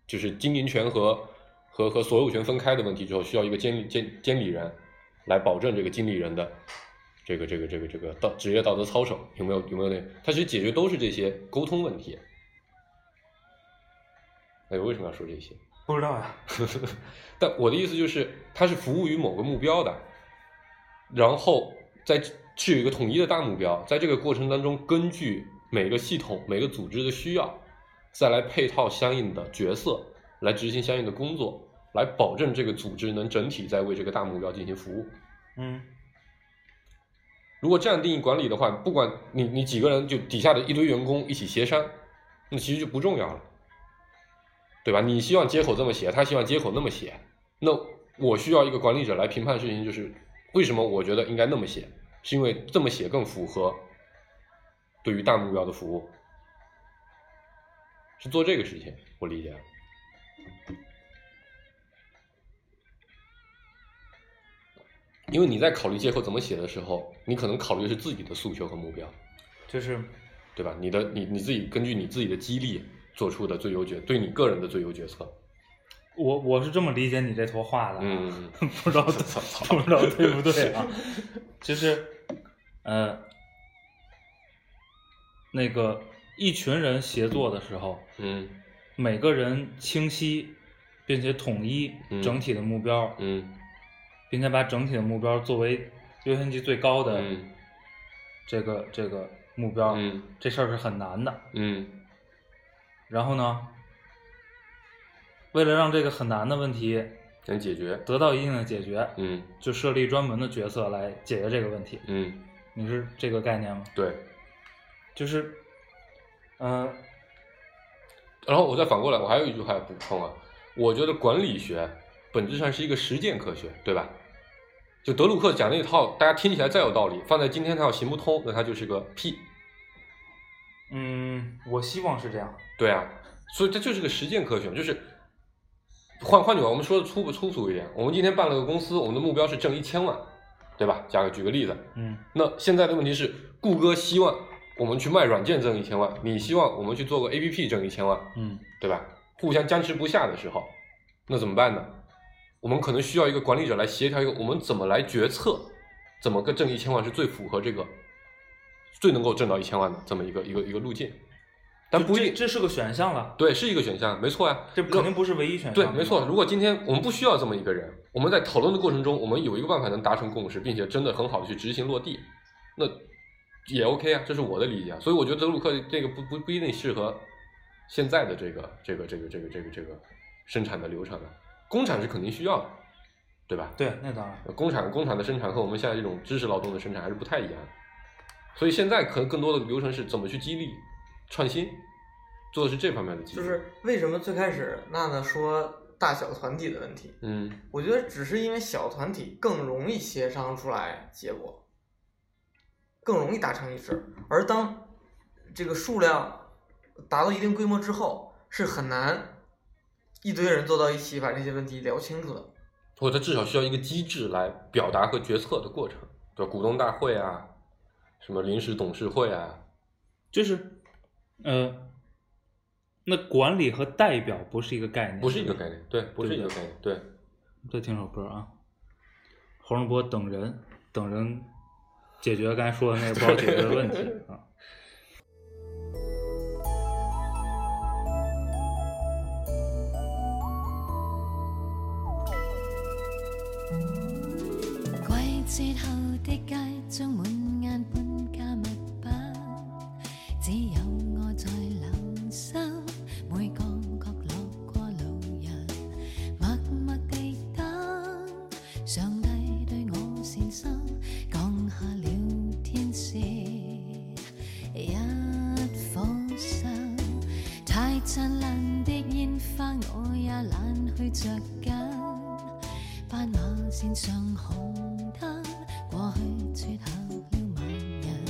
就是经营权和和和所有权分开的问题之后，需要一个监理监监理人来保证这个经理人的这个这个这个这个道职业道德操守有没有有没有那？它其实解决都是这些沟通问题。哎，我为什么要说这些？不知道呀、 但我的意思就是，它是服务于某个目标的，然后在是有一个统一的大目标，在这个过程当中，根据每个系统、每个组织的需要，再来配套相应的角色，来执行相应的工作，来保证这个组织能整体在为这个大目标进行服务。嗯，如果这样定义管理的话，不管你你几个人就底下的一堆员工一起协商，那其实就不重要了，对吧？你希望接口这么写，他希望接口那么写，那我需要一个管理者来评判事情，就是为什么我觉得应该那么写，是因为这么写更符合对于大目标的服务，是做这个事情，我理解了。因为你在考虑接口怎么写的时候，你可能考虑的是自己的诉求和目标，就是对吧？你的你你自己根据你自己的激励做出的最优决，对你个人的最优决策。我我是这么理解你这坨话的啊，嗯， 不知道不知道对不对啊？就是，呃，那个一群人协作的时候，嗯每个人清晰并且统一嗯整体的目标，嗯并且把整体的目标作为优先级最高的嗯这个、这个目标，嗯这事儿是很难的。嗯然后呢，为了让这个很难的问题能解决。得到一定的解决，嗯就设立专门的角色来解决这个问题。嗯，你是这个概念吗？对。就是，嗯、然后我再反过来，我还有一句话要补充啊，我觉得管理学本质上是一个实践科学，对吧？就德鲁克讲那一套，大家听起来再有道理，放在今天它要行不通，那它就是个屁，嗯，我希望是这样。对啊，所以这就是个实践科学嘛，就是换换句话，我们说的粗不粗俗一点，我们今天办了个公司，我们的目标是挣一千万，对吧？假如举个例子，嗯，那现在的问题是，顾哥希望我们去卖软件挣一千万，你希望我们去做个 APP 挣一千万，嗯，对吧？互相僵持不下的时候，那怎么办呢？我们可能需要一个管理者来协调一个，我们怎么来决策，怎么个挣一千万是最符合这个，最能够挣到一千万的这么一个一个一个路径，但就不一这定这是个选项了，对，是一个选项，没错呀、啊这肯定不是唯一选项。对，没错。。如果今天我们不需要这么一个人，我们在讨论的过程中，我们有一个办法能达成共识，并且真的很好的去执行落地，那也 OK 啊，这是我的理解啊。所以我觉得德鲁克这个不不不一定适合现在的这个这个这个这个这个这个生产的流程啊，工厂是肯定需要的，对吧？呃对，那当然。工厂工厂的生产和我们现在这种知识劳动的生产还是不太一样的，所以现在可能更多的流程是怎么去激励创新，做的是这方面的激励。就是为什么最开始娜娜说大小团体的问题，嗯，我觉得只是因为小团体更容易协商出来结果，更容易达成一致，而当这个数量达到一定规模之后，是很难一堆人坐到一起把这些问题聊清楚的。或者它至少需要一个机制来表达和决策的过程，对吧？股东大会啊，什么临时董事会啊，就是，呃，那管理和代表不是一个概念，不是一个概嗯念，对，不是一个概念，对，再听首歌啊，黄世波等人，等人解决刚才说的那个不好解决的 问题啊。季節後的街將滿眼搬家物品，只有我在留心每個角落過路人，默默地等上帝對我善心，降下了天使一顆心，太燦爛的煙花我也懶去着緊。斑馬線上紅燈，過去撮合了盲人，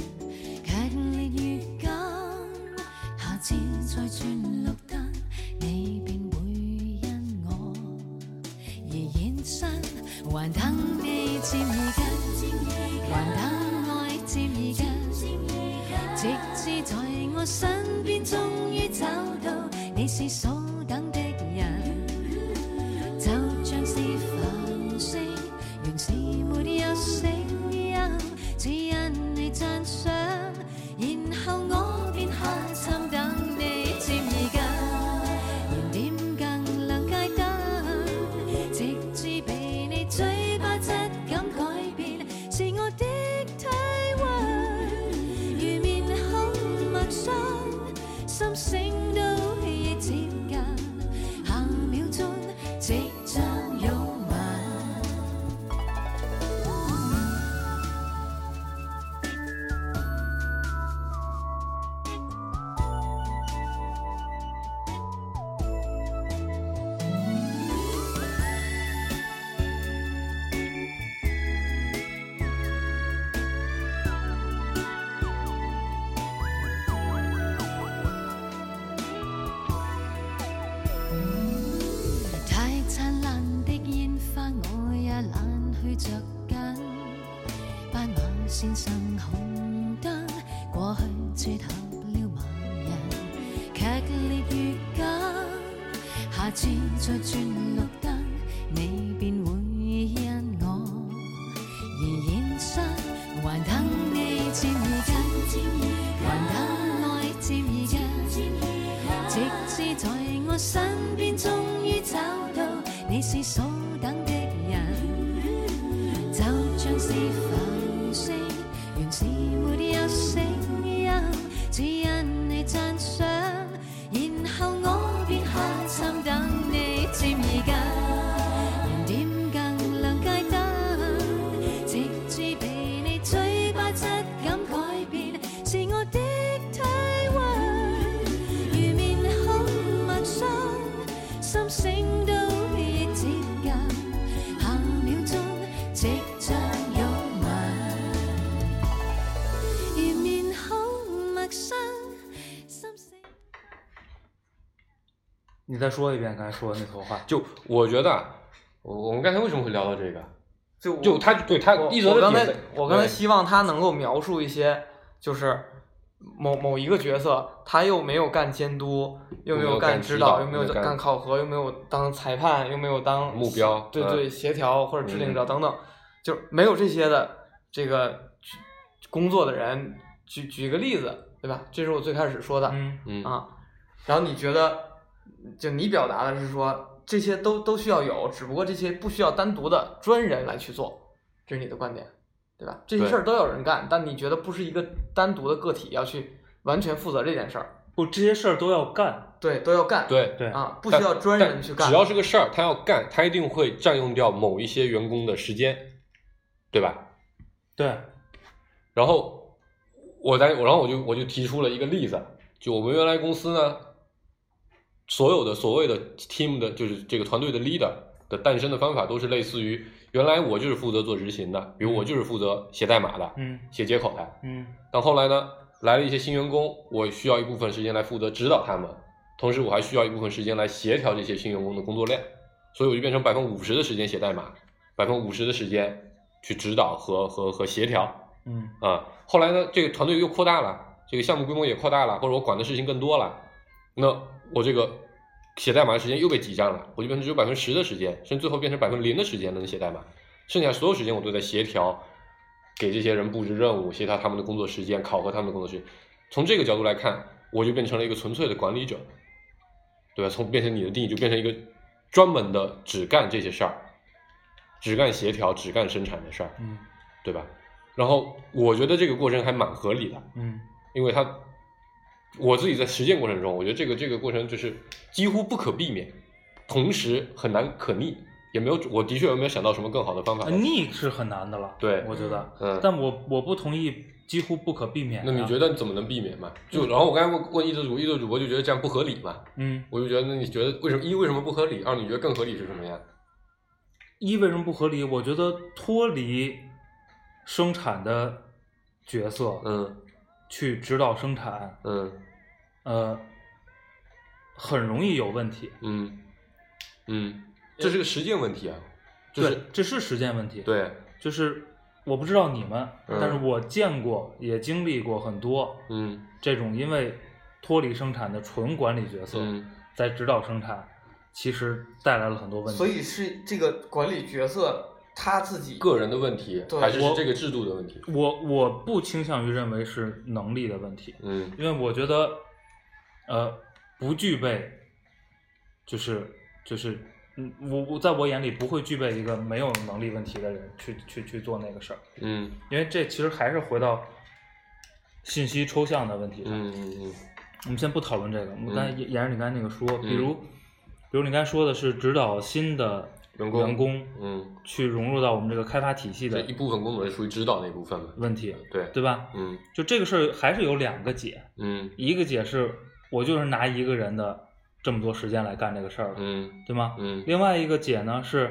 劇烈如今，下次再轉綠燈，你便會因我而現身，還等你漸而近，還等愛漸而近，直至在我身邊，終於找到你是所等的人。就像是繁星，原是沒有聲音，只因你讚賞，然後我便下站等你漸而近，燃點更亮街燈，直至被你嘴巴質感改變，是我的體温，如面孔陌生。心醒都已接近，下秒鐘即將擁吻。太燦爛的煙花，我也懶去着緊。斑馬線上紅燈，過去撮合了盲人，劇烈如今，下次再轉綠燈，你便會因我而現身，還等你漸而近，還等愛漸而近。直至在我身邊，終於找到你是所等的人，就像是繁星，原是沒有聲音，只因你讚賞，然後我便下站等你漸而近，燃點更亮街燈，直至被你嘴巴質感改變，是我的體温。如面孔陌生，你再说一遍刚才说的那头话，就我觉得啊，我我们刚才为什么会聊到这个？就就他对他我一我泽的刚点才在，我刚才对希望他能够描述一些，就是某某一个角色，他又没有干监督，又没又没有干干指指导又没又没有干干考核，又没有当裁判，又没有当目标对嗯对，协调或者制定者嗯等等，就是没有这些的这个工作的人，举举个例子，对吧？这是我最开始说的，嗯，嗯啊，然后你觉得，就你表达的是说这些都都需要有，只不过这些不需要单独的专人来去做，这是你的观点，对吧？这些对事儿都有人干，但你觉得不是一个单独的个体要去完全负责这件事儿，不，这些事儿都要干，对，都要干，对对啊，不但需要专但人去干，只要是个事儿，他要干，他一定会占用掉某一些员工的时间，对吧？对，然后我在，我然后我就我就提出了一个例子，就我们原来公司呢，所有的所谓的 team 的，就是这个团队的 leader 的诞生的方法，都是类似于原来我就是负责做执行的，比如我就是负责写代码的、嗯写接口的，嗯但后来呢，来了一些新员工，我需要一部分时间来负责指导他们，同时我还需要一部分时间来协调这些新员工的工作量，所以我就变成百分之五十的时间写代码，百分之五十的时间去指导和和和协调嗯啊、后来呢，这个团队又扩大了，这个项目规模也扩大了，或者我管的事情更多了，那我这个写代码的时间又被挤占了，我就变成只有百分之十的时间，甚至最后变成百分之零的时间能写代码，剩下所有时间我都在协调，给这些人布置任务，协调他们的工作时间，考核他们的工作时间。从这个角度来看，我就变成了一个纯粹的管理者，对吧？从变成你的定义就变成一个专门的只干这些事儿，只干协调、只干生产的事儿，嗯对吧？然后我觉得这个过程还蛮合理的，嗯因为它我自己在实践过程中，我觉得这个这个过程就是几乎不可避免，同时很难可逆，也没有我的确也没有想到什么更好的方法呃。逆是很难的了，对我觉得，嗯，但我我不同意，几乎不可避免。啊那你觉得？得怎么能避免嘛？就然后我刚才问问一德主播，一德主播就觉得这样不合理嘛？嗯，我就觉得那你觉得为什么一为什么不合理？二你觉得更合理是什么呀？一为什么不合理？我觉得脱离生产的角色，嗯去指导生产，嗯呃，很容易有问题。嗯嗯，这是个实践问题啊，就是对，这是实践问题。，对，就是我不知道你们，嗯但是我见过，也经历过很多嗯这种因为脱离生产的纯管理角色，嗯在指导生产，其实带来了很多问题。所以是这个管理角色他自己个人的问题对还是我是这个制度的问题？我我不倾向于认为是能力的问题，嗯因为我觉得，呃，不具备，就是就是，嗯，我我在我眼里不会具备一个没有能力问题的人去去去做那个事儿，嗯因为这其实还是回到信息抽象的问题嗯上。嗯嗯我们先不讨论这个，我们刚才嗯沿沿着你刚才那个说，比如，比如你刚才说的是指导新的员工员工嗯，去融入到我们这个开发体系这的一部分工作是属于指导那部分嘛？问题，对，对吧？嗯就这个事儿还是有两个解，嗯一个解是我就是拿一个人的这么多时间来干这个事儿了，嗯对吗？嗯另外一个解呢是，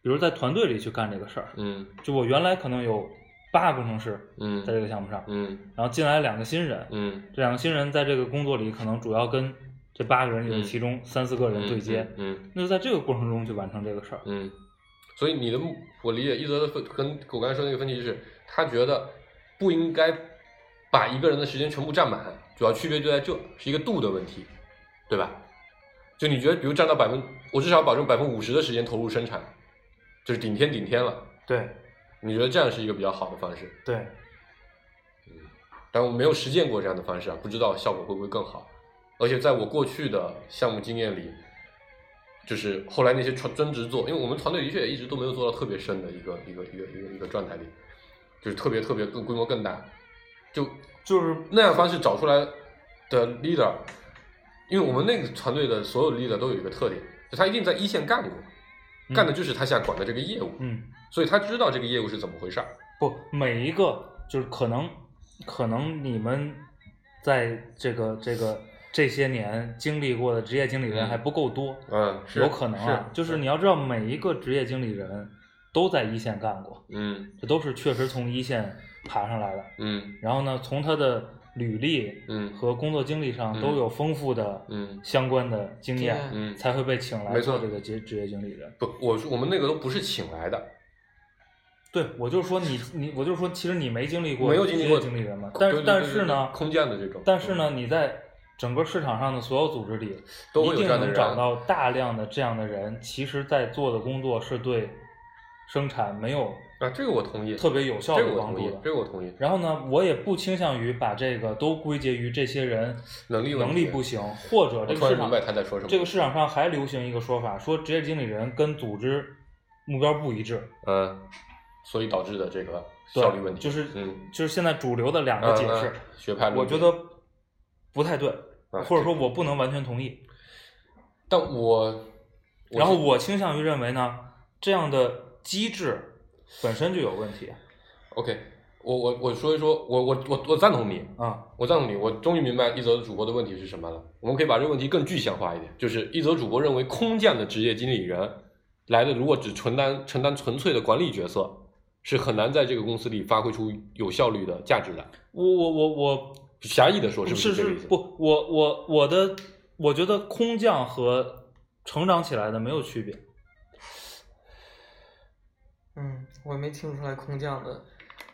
比如在团队里去干这个事儿，嗯就我原来可能有八个工程师嗯在这个项目上，嗯然后进来两个新人，嗯这两个新人在这个工作里可能主要跟这八个人里的嗯其中三四个人对接，嗯。那就在这个过程中去完成这个事儿。嗯，所以你的目，我理解一泽的分跟我刚才说那个分歧是，他觉得不应该把一个人的时间全部占满，主要区别就在这，是一个度的问题，对吧？就你觉得，比如占到百分，我至少保证百分五十的时间投入生产，就是顶天顶天了。对你觉得这样是一个比较好的方式？嗯对，但我没有实践过这样的方式啊，不知道效果会不会更好。而且在我过去的项目经验里，就是后来那些专专职做，因为我们团队的确也一直都没有做到特别深的一个一个一个一个一个状态里，就是特别特别更规模更大，就就是那样方式找出来的 leader，因为我们那个团队的所有 leader 都有一个特点，就他一定在一线干过，干的就是他现在管的这个业务，嗯，所以他知道这个业务是怎么回事儿。不，每一个就是可能可能你们在这个这个这些年经历过的职业经理人嗯还不够多，嗯，是有可能啊，是就是你要知道每一个职业经理人都在一线干过，嗯这都是确实从一线爬上来的。嗯然后呢，从他的履历嗯和工作经历上都嗯有丰富的嗯相关的经经验验，嗯才会被请来没错做这个职职业经理人。不，我说我们那个都不是请来的，对，我就说你你，我就说，其实你没经历过，没有经历过经理人嘛，对但对对但是呢，空降的这种但是呢，嗯你在整个市场上的所有组织里，都会一有定这样的能人找到大量的这样的人，其实在做的工作是对生产没有啊，这个我同意，特别有效这个的我帮同助意，这的。个我同意，然后呢，我也不倾向于把这个都归结于这些人能力问能题力不行，或者我这突个市然明场白他在说什么。这个市场上还流行一个说法，说职业经理人跟组织目标不一致。嗯，所以导致的这个对效率问题，就是嗯，就是现在主流的两个解释，嗯嗯学派论我觉点得不太对，啊或者说这我不能完全同意。但我然后我倾向于认为呢，这样的机制本身就有问题 OK，我我我说一说，我我我我赞同你，啊。我赞同你，我终于明白一则主播的问题是什么了。我们可以把这个问题更具象化一点，就是一则主播认为空降的职业经理人来的，如果只承担承担纯粹的管理角色，是很难在这个公司里发挥出有效率的价值来。我我我我狭义的嗯说，是不是这个意思？不，我我我的我觉得空降和成长起来的没有区别。嗯，我也没听出来空降的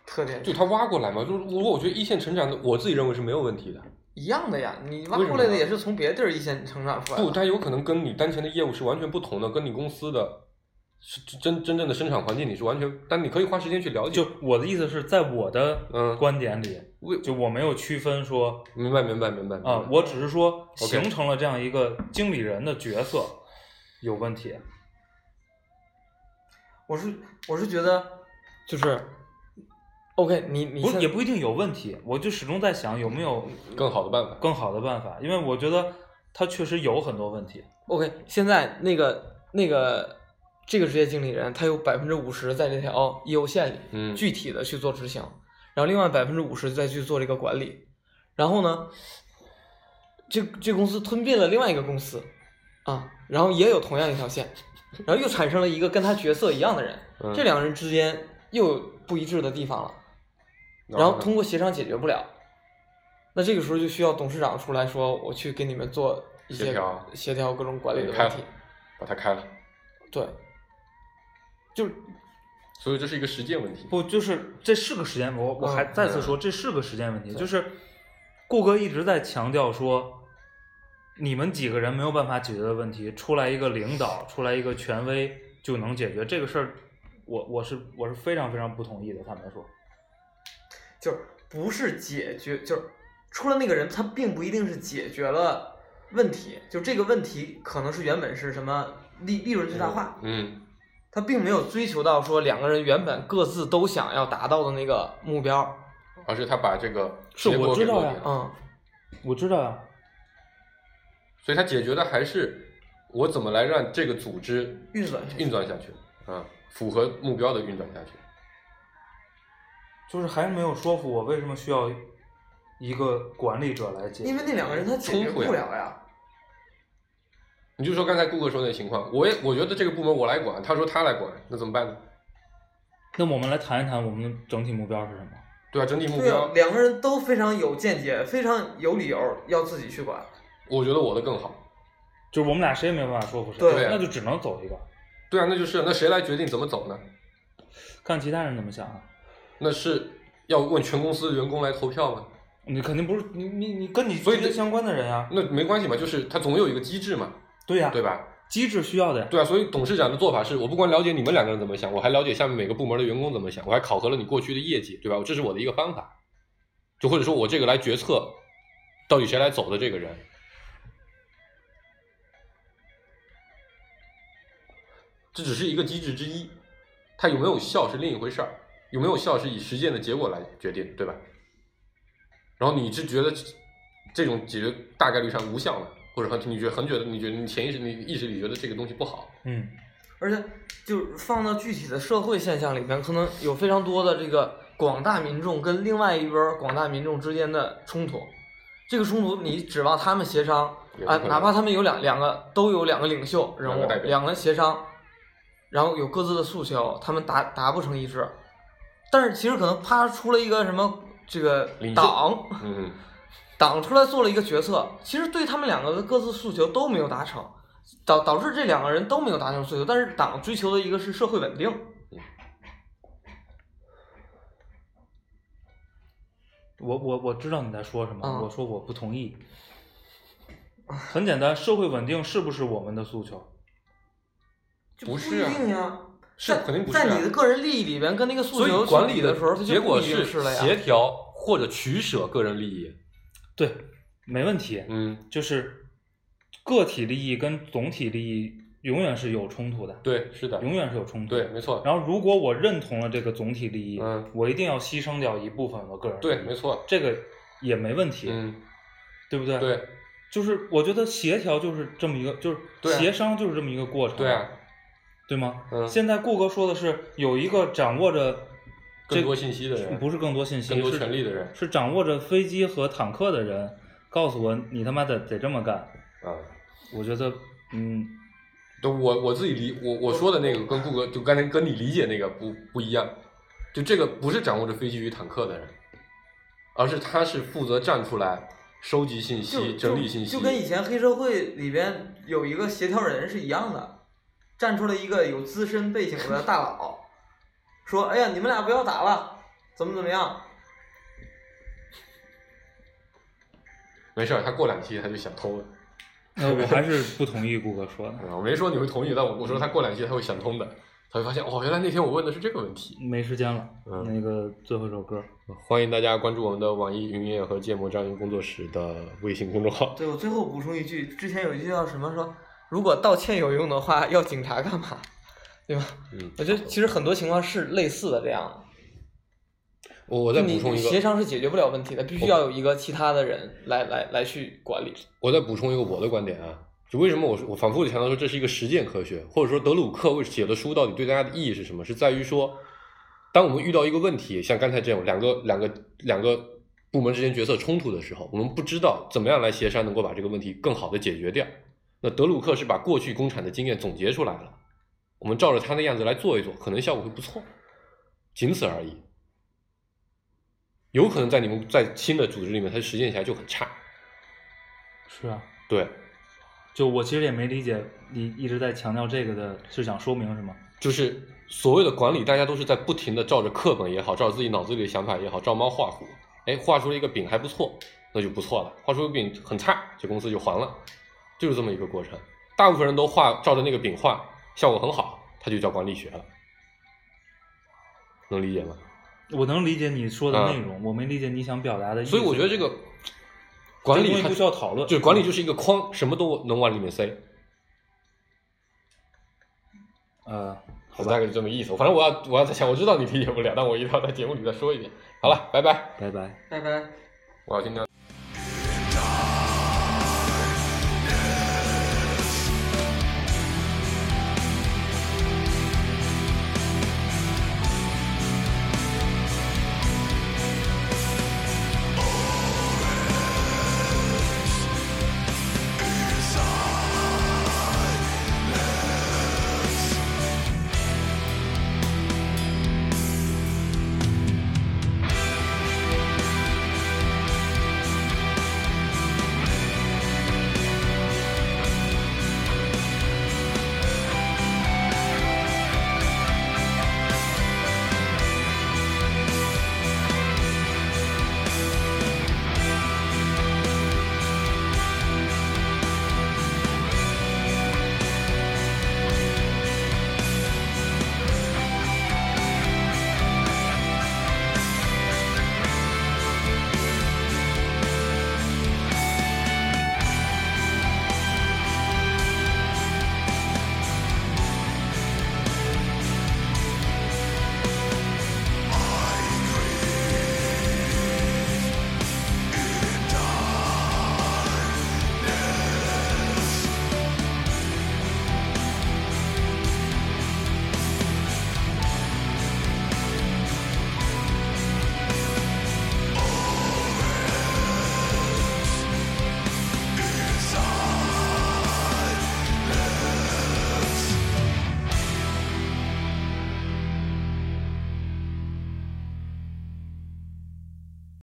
特点就他挖过来嘛，就是如果我觉得一线成长的，我自己认为是没有问题的。一样的呀，你挖为什么过来的呢也是从别的地儿一线成长出来的。不，它有可能跟你当前的业务是完全不同的，跟你公司的是真真正的生产环境你是完全，但你可以花时间去了解。就我的意思是在我的嗯观点里，为就我没有区分说明白明白明白明白啊，我只是说嗯 OK 形成了这样一个经理人的角色有问题。我是我是觉得，就是，OK，你你不是现也不一定有问题，我就始终在想有没有更好的办法。更好的办法，因为我觉得他确实有很多问题。 OK，现在那个那个这个职业经理人，他有百分之五十在这条业务线里，嗯具体的去做执行，然后另外百分之五十再去做这个管理，然后呢，这这公司吞并了另外一个公司，啊，然后也有同样一条线，然后又产生了一个跟他角色一样的人，嗯这两个人之间又有不一致的地方了。然后通过协商解决不了，那这个时候就需要董事长出来说，我去给你们做一些协调协调各种管理的开问了题。把它开了，对，就所以这是一个实践问题。不，就是这是个时间，我我还嗯再次说，这是个时间问题。就是顾哥一直在强调说，你们几个人没有办法解决的问题，出来一个领导，出来一个权威就能解决这个事儿。我我是我是非常非常不同意的，坦白说，就是不是解决，就是出了那个人，他并不一定是解决了问题，就这个问题可能是原本是什么利利润最大化，嗯他并没有追求到说两个人原本各自都想要达到的那个目标。而是他把这个是结果我知给道落呀啊地了，嗯，我知道啊，所以他解决的还是我怎么来让这个组织运转下去运转下去啊，符合目标的运转下去。就是还是没有说服我为什么需要一个管理者来解决。因为那两个人他解决冲不突呀了呀。你就说刚才顾客说那个情况，我也我觉得这个部门我来管，他说他来管，那怎么办呢？那我们来谈一谈我们的整体目标是什么？对啊，整体目对啊标，，两个人都非常有见解，非常有理由要自己去管。我觉得我的更好。就是我们俩谁也没办法说服谁，对那就只能走一个，对啊，那就是那谁来决定怎么走呢？看其他人怎么想啊。那是要问全公司的员工来投票吗？你肯定不是你你你跟你所以直接这相关的人呀、那没关系嘛，就是他总有一个机制嘛，对呀、对吧？机制需要的呀。对啊，所以董事长的做法是我不光了解你们两个人怎么想，我还了解下面每个部门的员工怎么想，我还考核了你过去的业绩，对吧？这是我的一个方法，就或者说我这个来决策，到底谁来走的这个人。这只是一个机制之一，它有没有效是另一回事儿，有没有效是以实践的结果来决定，对吧？然后你是觉得这这种解决大概率上无效了，或者说你觉得很觉得你觉得你潜意识你意识里觉得这个东西不好，嗯，而且，就是放到具体的社会现象里面，可能有非常多的这个广大民众跟另外一波广大民众之间的冲突。这个冲突，你指望他们协商也不啊可，能哪怕他们有两两个都有两个领袖人物两个代，表两个协商，然后有各自的诉求，他们达达不成一致。但是其实可能啪出了一个什么这个领袖党，嗯，党出来做了一个决策，其实对他们两个的各自诉求都没有达成，导导致这两个人都没有达成诉求。但是党追求的一个是社会稳定，我我我知道你在说什么，嗯我说我不同意。很简单，社会稳定是不是我们的诉求？就不是一啊定呀。是在肯定不是啊在你的个人利益里边跟那个诉所求以管去理比的时候，它就结不果一定是了协呀。调或者取舍个人利益。对，没问题。嗯，就是个体利益跟总体利益永远是有冲突的，对，是的，永远是有冲突对，的。没错，然后，如果我认同了这个总体利益，嗯我一定要牺牲掉一部分我个人利益对，没，错，这个也没问题，嗯，对不对？，对，就是我觉得协调就是这么一个，就是对啊协商就是这么一个过程，对啊，对吗？嗯现在顾哥说的是有一个掌握着这更多信息的人不是更多信息，更多是权力的人是掌握着飞机和坦克的人，告诉我你他妈得得这么干。啊，我觉得， 嗯，对我我自己理我我说的那个跟顾哥就刚才跟你理解那个不不一样，就这个不是掌握着飞机与坦克的人，而是他是负责站出来收集信就息、整理信息，就，就跟以前黑社会里边有一个协调人是一样的，站出了一个有资深背景的大佬，说：“哎呀，你们俩不要打了，怎么怎么样没事儿，他过两期他就想通了。呃，我还是不同意顾哥说的，嗯我没说你会同意，但我我说他过两期他会想通的，他会发现哦，原来那天我问的是这个问题。没时间了。嗯那个最后一首歌，欢迎大家关注我们的网易云音乐和建模章鱼工作室的微信公众号？”。对我最后补充一句，之前有一句叫什么说，如果道歉有用的话，要警察干嘛？对吧？嗯，我觉得其实很多情况是类似的这样的。我我再就你补充一协个，商是解决不了问题的，必须要有一个其他的人来来来去管理。我再补充一个我的观点啊，就为什么我说我反复的强调说这是一个实践科学，或者说德鲁克为写的书到底对大家的意义是什么？是在于说，当我们遇到一个问题，像刚才这样两个两个两个部门之间角色冲突的时候，我们不知道怎么样来协商能够把这个问题更好的解决掉。那德鲁克是把过去工厂的经验总结出来了，我们照着他那样子来做一做，可能效果会不错，仅此而已。有可能在你们在新的组织里面，它实践起来就很差。是啊，对，就我其实也没理解你一直在强调这个的是想说明什么。就是所谓的管理，大家都是在不停的照着课本也好，照着自己脑子里的想法也好，照猫画虎。哎，画出了一个饼还不错，那就不错了；画出一个饼很差，这公司就黄了。就是这么一个过程。大部分人都画照着那个饼画，效果很好，它就叫管理学了。能理解吗？我能理解你说的啊内容，我没理解你想表达的意思。所以我觉得这个管这理东西它不需要讨论就是管理就是一个框，什么都能往里面塞。呃，好，大概就这么意思。反正我要我要再想，我知道你理解不了，但我一定要在节目里再说一遍。好了，拜拜。拜拜。拜拜。我要听到。